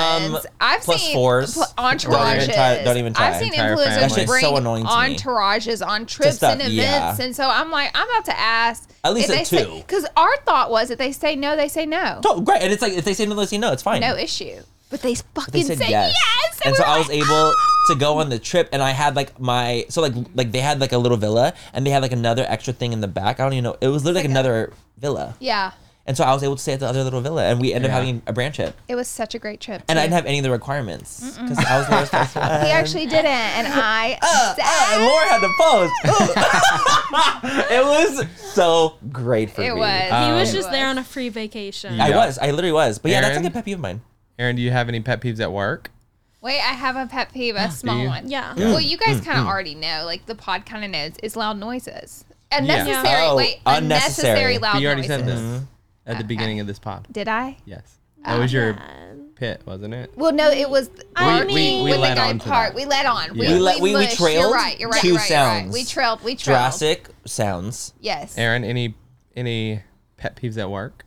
S1: I've
S2: Um, plus
S1: seen
S2: fours.
S1: pl-
S2: Don't even try-
S1: entourages.
S2: don't even try.
S1: I've seen
S3: Entire family.
S1: influencers
S3: That
S2: shit's
S1: bring
S2: so annoying to me.
S1: entourages on trips
S2: stuff,
S1: and events,
S2: yeah.
S1: and so I'm like, I'm about to ask.
S2: At least a two.
S1: Because our thought was that they say no, they say no,
S2: Oh, great. And it's like if they say no, they say no. It's fine.
S1: no issue. But they fucking
S2: they said
S1: say
S2: yes.
S1: yes.
S2: And
S1: we
S2: so
S1: were
S2: I was
S1: like, "Oh."
S2: able to go on the trip, and I had like my so like like they had like a little villa, and they had like another extra thing in the back. I don't even know. It was literally like another villa,
S1: Yeah,
S2: and so I was able to stay at the other little villa, and we ended up having a brand trip.
S1: it was such a great trip.
S2: And I
S1: too.
S2: didn't have any of the requirements because I Uh, was the responsible. one.
S1: He actually didn't, and I
S2: Ah, and
S1: said
S2: Laura had to post. Ooh. it was so great for
S1: it
S2: me.
S1: was.
S4: He was
S3: Um,
S1: It
S4: just there on a free vacation.
S2: I
S3: Yeah.
S2: was. I literally was. But yeah, that's like a
S3: Aaron?
S2: pet peeve of mine.
S3: Aaron, do you have any pet peeves at work?
S1: Wait, I have a pet peeve, a small
S3: you?
S1: one.
S4: Yeah.
S2: Mm,
S4: Yeah.
S1: Well, you guys kind of already know, like the pod kind of knows, is loud noises. Unnecessary.
S2: Yeah. Oh,
S1: wait,
S2: unnecessary.
S1: unnecessary, loud
S3: you already
S1: noises.
S3: said this at the beginning of this pod.
S1: Did I?
S3: Yes, that was your
S4: Um,
S3: pit, wasn't it?
S1: Well, no, it was.
S4: I
S3: we-
S4: mean-
S3: we
S1: with
S3: led
S1: the guy
S3: on to
S1: part,
S3: that.
S1: we led on.
S3: Yeah.
S2: We let- we- we
S1: mushed.
S2: trailed
S1: You're right. You're right.
S2: two
S1: you're right, you're right.
S2: sounds.
S1: We trailed. We trailed.
S2: Jurassic sounds.
S1: Yes.
S3: Aaron, any Any pet peeves at work?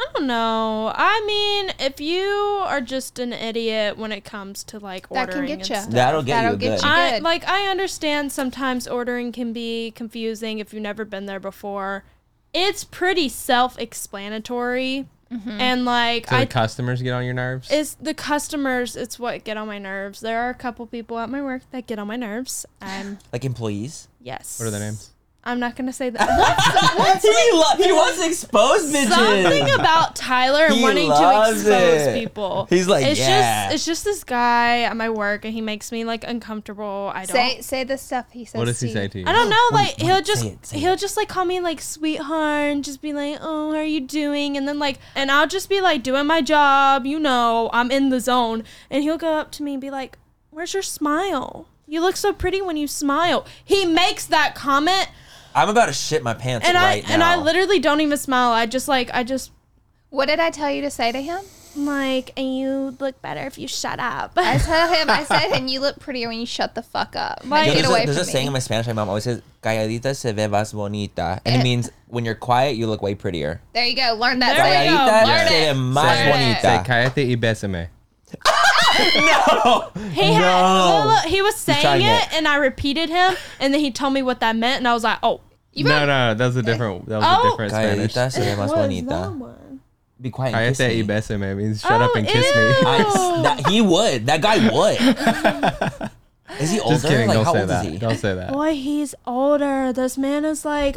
S4: I don't know. I mean, if you are just an idiot when it comes to like
S1: That can
S4: ordering
S1: get
S4: and
S1: you.
S4: stuff.
S2: That'll get
S1: That'll
S2: you
S1: get
S2: good.
S1: you.
S4: I
S1: Good.
S4: like I understand sometimes ordering can be confusing if you've never been there before. It's pretty self-explanatory,
S2: Mm-hmm.
S4: and like
S3: So
S4: I
S3: the customers get on your nerves?
S4: it's the customers. It's what get on my nerves. There are a couple people at my work that get on my nerves. Um,
S2: Like employees.
S4: yes.
S3: what are their names?
S4: I'm not gonna say that. What's
S2: he, lo- he wants to expose bitches.
S4: something about Tyler and
S2: He
S4: wanting to
S2: loves
S4: expose
S2: it.
S4: people?
S2: He's like,
S4: it's
S2: "Yeah."
S4: just it's just this guy at my work, and he makes me like uncomfortable. I don't
S1: Say say the stuff he says.
S3: What does he
S1: to
S3: say
S1: you.
S3: to you?
S4: I don't know. Like
S2: wait,
S4: he'll
S2: say
S4: just
S2: it, say
S4: he'll
S2: it.
S4: just like call me like sweetheart and just be like, "Oh, how are you doing?" And then like, and I'll just be like doing my job, you know, I'm in the zone. And he'll go up to me and be like, "Where's your smile? You look so pretty when you smile." He makes that comment,
S2: I'm about to shit my pants
S4: and
S2: right
S4: I
S2: now.
S4: and I literally don't even smile. I just like I just
S1: What did I tell you to say to him?
S4: like, and you look better if you shut up.
S1: I told him. I said, and you look prettier when you shut the fuck up. Like,
S2: You
S1: get
S2: know, there's
S1: away
S2: a, there's
S1: from
S2: a
S1: me.
S2: saying in my Spanish. My mom always says, "Calladita se ve más bonita," and it means when you're quiet, you look way prettier.
S1: there you go. Learn that.
S4: Eh. There
S1: saying.
S4: you go.
S2: Calladita
S1: Learn
S2: se
S1: it.
S2: ve más
S1: Learn it.
S3: Say,
S2: bonita.
S3: Cállate y bésame.
S4: He had
S2: No.
S4: look, look, he was saying
S2: trying
S4: it,
S2: it.
S4: and I repeated him, and then he told me what that meant, and I was like, "Oh,
S3: No, no, that was a different. That was
S4: Oh.
S3: a different Spanish.
S2: Calladita se ve más
S4: what is that
S2: bonita.
S4: one?"
S2: Be quiet. And kiss
S3: Cállate y
S2: me.
S3: bésame means shut up
S4: Oh,
S3: and kiss me.
S4: ew.
S2: I- that- he would. That guy would. is he older?
S3: Just kidding.
S2: like,
S3: don't
S2: how
S3: say
S2: old
S3: that.
S2: is he?
S3: Don't say that.
S4: Boy, he's older. This man is like,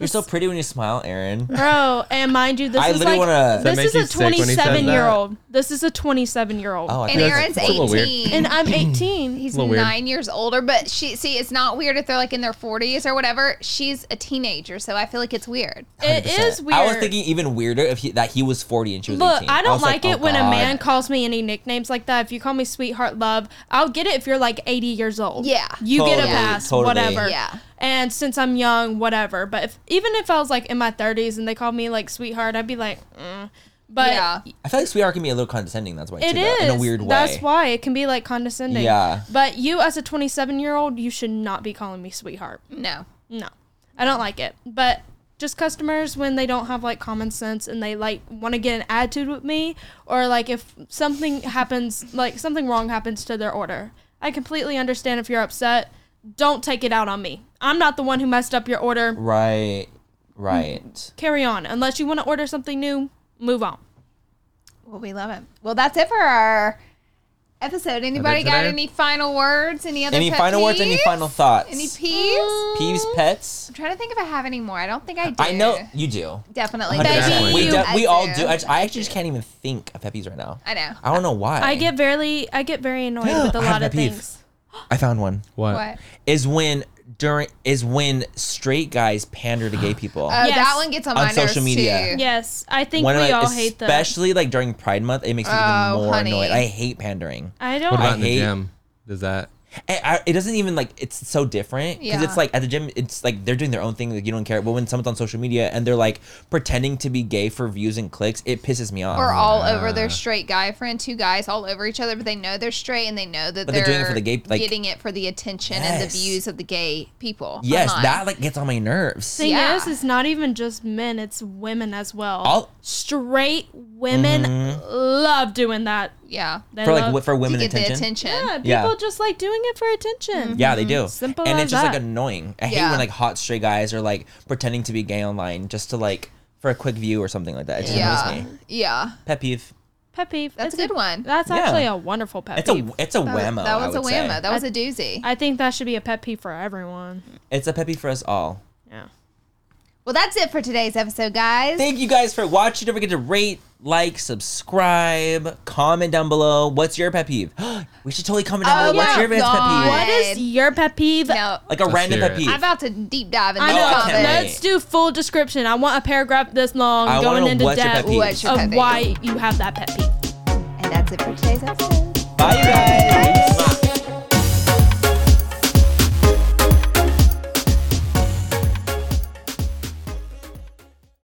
S2: You're so pretty when you smile, Aaron.
S4: bro. And mind you, this
S2: I
S4: is
S2: literally
S4: like
S2: wanna- Does
S3: that
S4: this
S3: make
S4: is
S3: you
S4: a
S3: sick when he says
S4: 27 year
S3: that?
S4: old. This is a 27 year old,
S2: Oh, I
S1: And
S2: thought-
S1: Aaron's
S3: that's a little weird.
S1: eighteen.
S4: and I'm 18.
S1: He's
S3: A little weird.
S1: nine years older, but she see, it's not weird if they're like in their forties or whatever. She's a teenager, so I feel like it's weird.
S4: It
S2: 100%.
S4: is weird.
S2: I was thinking even weirder if he, that he was 40 and she was
S4: Look,
S2: 18.
S4: I don't
S2: was
S4: like, it
S2: oh,
S4: when a
S2: God.
S4: man calls me any nicknames like that. If you call me sweetheart, love, I'll get it if you're like 80 years old.
S1: Yeah.
S4: You get a
S2: Totally,
S4: pass,
S2: totally.
S4: whatever.
S1: Yeah.
S4: And since I'm young, whatever. But if even if I was like in my 30s and they called me like sweetheart, I'd be like, mm. but
S1: yeah,
S2: I feel like sweetheart can be a little condescending. That's why
S4: it
S2: too,
S4: is
S2: though, in a weird way.
S4: That's why it can be like condescending.
S2: Yeah.
S4: But you, as a 27 year old, you should not be calling me sweetheart.
S1: no,
S4: No, I don't like it. But just customers when they don't have like common sense and they like want to get an attitude with me, or like if something happens, like something wrong happens to their order. I completely understand if you're upset. Don't take it out on me. I'm not the one who messed up your order.
S2: Right. Right.
S4: Carry on. Unless you want to order something new, move on.
S1: well, we love it. Well, that's it for our episode. Anybody got
S3: today?
S1: any final words? Any other
S2: Any
S1: pet
S2: final words? Any
S1: peeves?
S2: final thoughts?
S1: Any peeves?
S2: Peeves, pets?
S1: I'm trying to think if I have any more. I don't think I do.
S2: I know you do.
S1: Definitely.
S3: Hundred
S1: Baby,
S3: percent.
S2: We,
S1: you-
S2: de-
S1: I
S2: we all do. I, I actually just can't even think of pet peeves right now.
S1: I know.
S2: I don't know why.
S4: I get very, I get very annoyed with a
S2: I have
S4: lot
S2: my
S4: of
S2: peeve.
S4: things.
S2: I found one.
S3: What?
S1: What?
S2: Is when during is when straight guys pander to gay people.
S1: Oh,
S4: Yes.
S1: that one gets on,
S2: On
S1: my
S2: social
S1: nerves
S2: media.
S1: too.
S4: Yes, I think
S2: One of
S4: we
S2: my-
S4: all hate them.
S2: Especially like during Pride Month, it makes me
S1: Oh,
S2: even more
S1: honey.
S2: annoyed. I hate pandering.
S4: I
S3: What
S4: don't.
S3: about
S2: I
S3: in the
S2: hate-
S3: gym? Does that?
S2: I, I, it doesn't even like it's so different because
S1: Yeah.
S2: it's like at the gym it's like they're doing their own thing like you don't care but when someone's on social media and they're like pretending to be gay for views and clicks it pisses me off
S1: Or all over their straight guy friend, two guys all over each other, but they know they're straight and they know that
S2: But they're doing it for the gay- like-
S1: getting it for the attention and the
S2: Yes.
S1: views of the gay people.
S2: yes
S1: online.
S2: that like gets on my nerves
S4: thing
S1: Yeah.
S4: is, it's not even just men; it's women as well.
S3: Oh.
S2: All-
S4: Straight women
S3: Mm-hmm.
S4: love doing that.
S1: yeah,
S4: They
S2: for like
S4: love-
S2: wi- for
S1: to
S2: women
S1: get
S2: attention
S1: the attention.
S4: Yeah, people
S2: Yeah.
S4: just like doing it for attention.
S2: yeah they
S1: Mm-hmm.
S2: do
S4: Simple
S2: and
S4: as
S2: it's just
S4: that.
S2: like annoying I hate
S1: Yeah.
S2: when like hot straight guys are like pretending to be gay online just to like for a quick view or something like that it just
S1: Yeah,
S2: annoys me
S1: yeah.
S2: pet peeve
S4: Pet peeve.
S1: That's a
S4: It's
S1: good one.
S4: That's
S2: Yeah.
S4: actually a wonderful pet
S2: it's
S4: peeve.
S2: a it's a whammo
S1: that
S2: I
S1: was a
S2: would say.
S1: whammo. That was a doozy.
S4: I think that should be a pet peeve for everyone.
S2: it's a pet peeve for us all
S4: Yeah.
S1: well, that's it for today's episode, guys.
S2: Thank you guys for watching. Don't forget to rate, like, subscribe, comment down below. What's your pet peeve? we should totally comment down
S1: Oh
S2: below. What's
S1: my
S2: your biggest pet
S1: God.
S2: peeve?
S4: What is your pet peeve?
S1: no,
S2: Like a random
S3: hear
S2: pet
S3: it.
S2: peeve.
S1: I'm about to deep dive into
S4: I
S1: the
S4: know.
S2: Oh, I can't
S1: comments.
S4: Let's do full description. I want a paragraph this long
S2: I wanna
S4: going
S2: know
S4: into
S2: what's your pet
S4: depth
S2: peeve.
S1: What's your pet
S4: of
S1: peeve?
S4: why you have that pet peeve.
S1: And that's it for today's episode.
S2: Bye, you guys.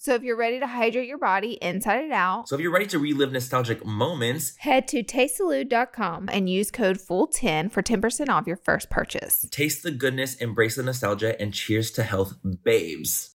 S1: So if you're ready to hydrate your body inside and out,
S2: So if you're ready to relive nostalgic moments,
S1: head to tastesalud.com and use code FULL10 for 10% off your first purchase.
S2: Taste the goodness, embrace the nostalgia, and cheers to health, babes.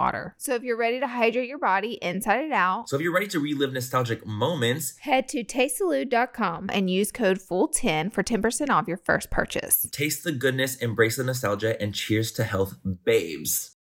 S1: So if you're ready to hydrate your body inside and out,
S2: So if you're ready to relive nostalgic moments,
S1: head to tastesalud.com and use code FULL10 for 10% off your first purchase.
S2: taste the goodness, embrace the nostalgia, and cheers to health, babes.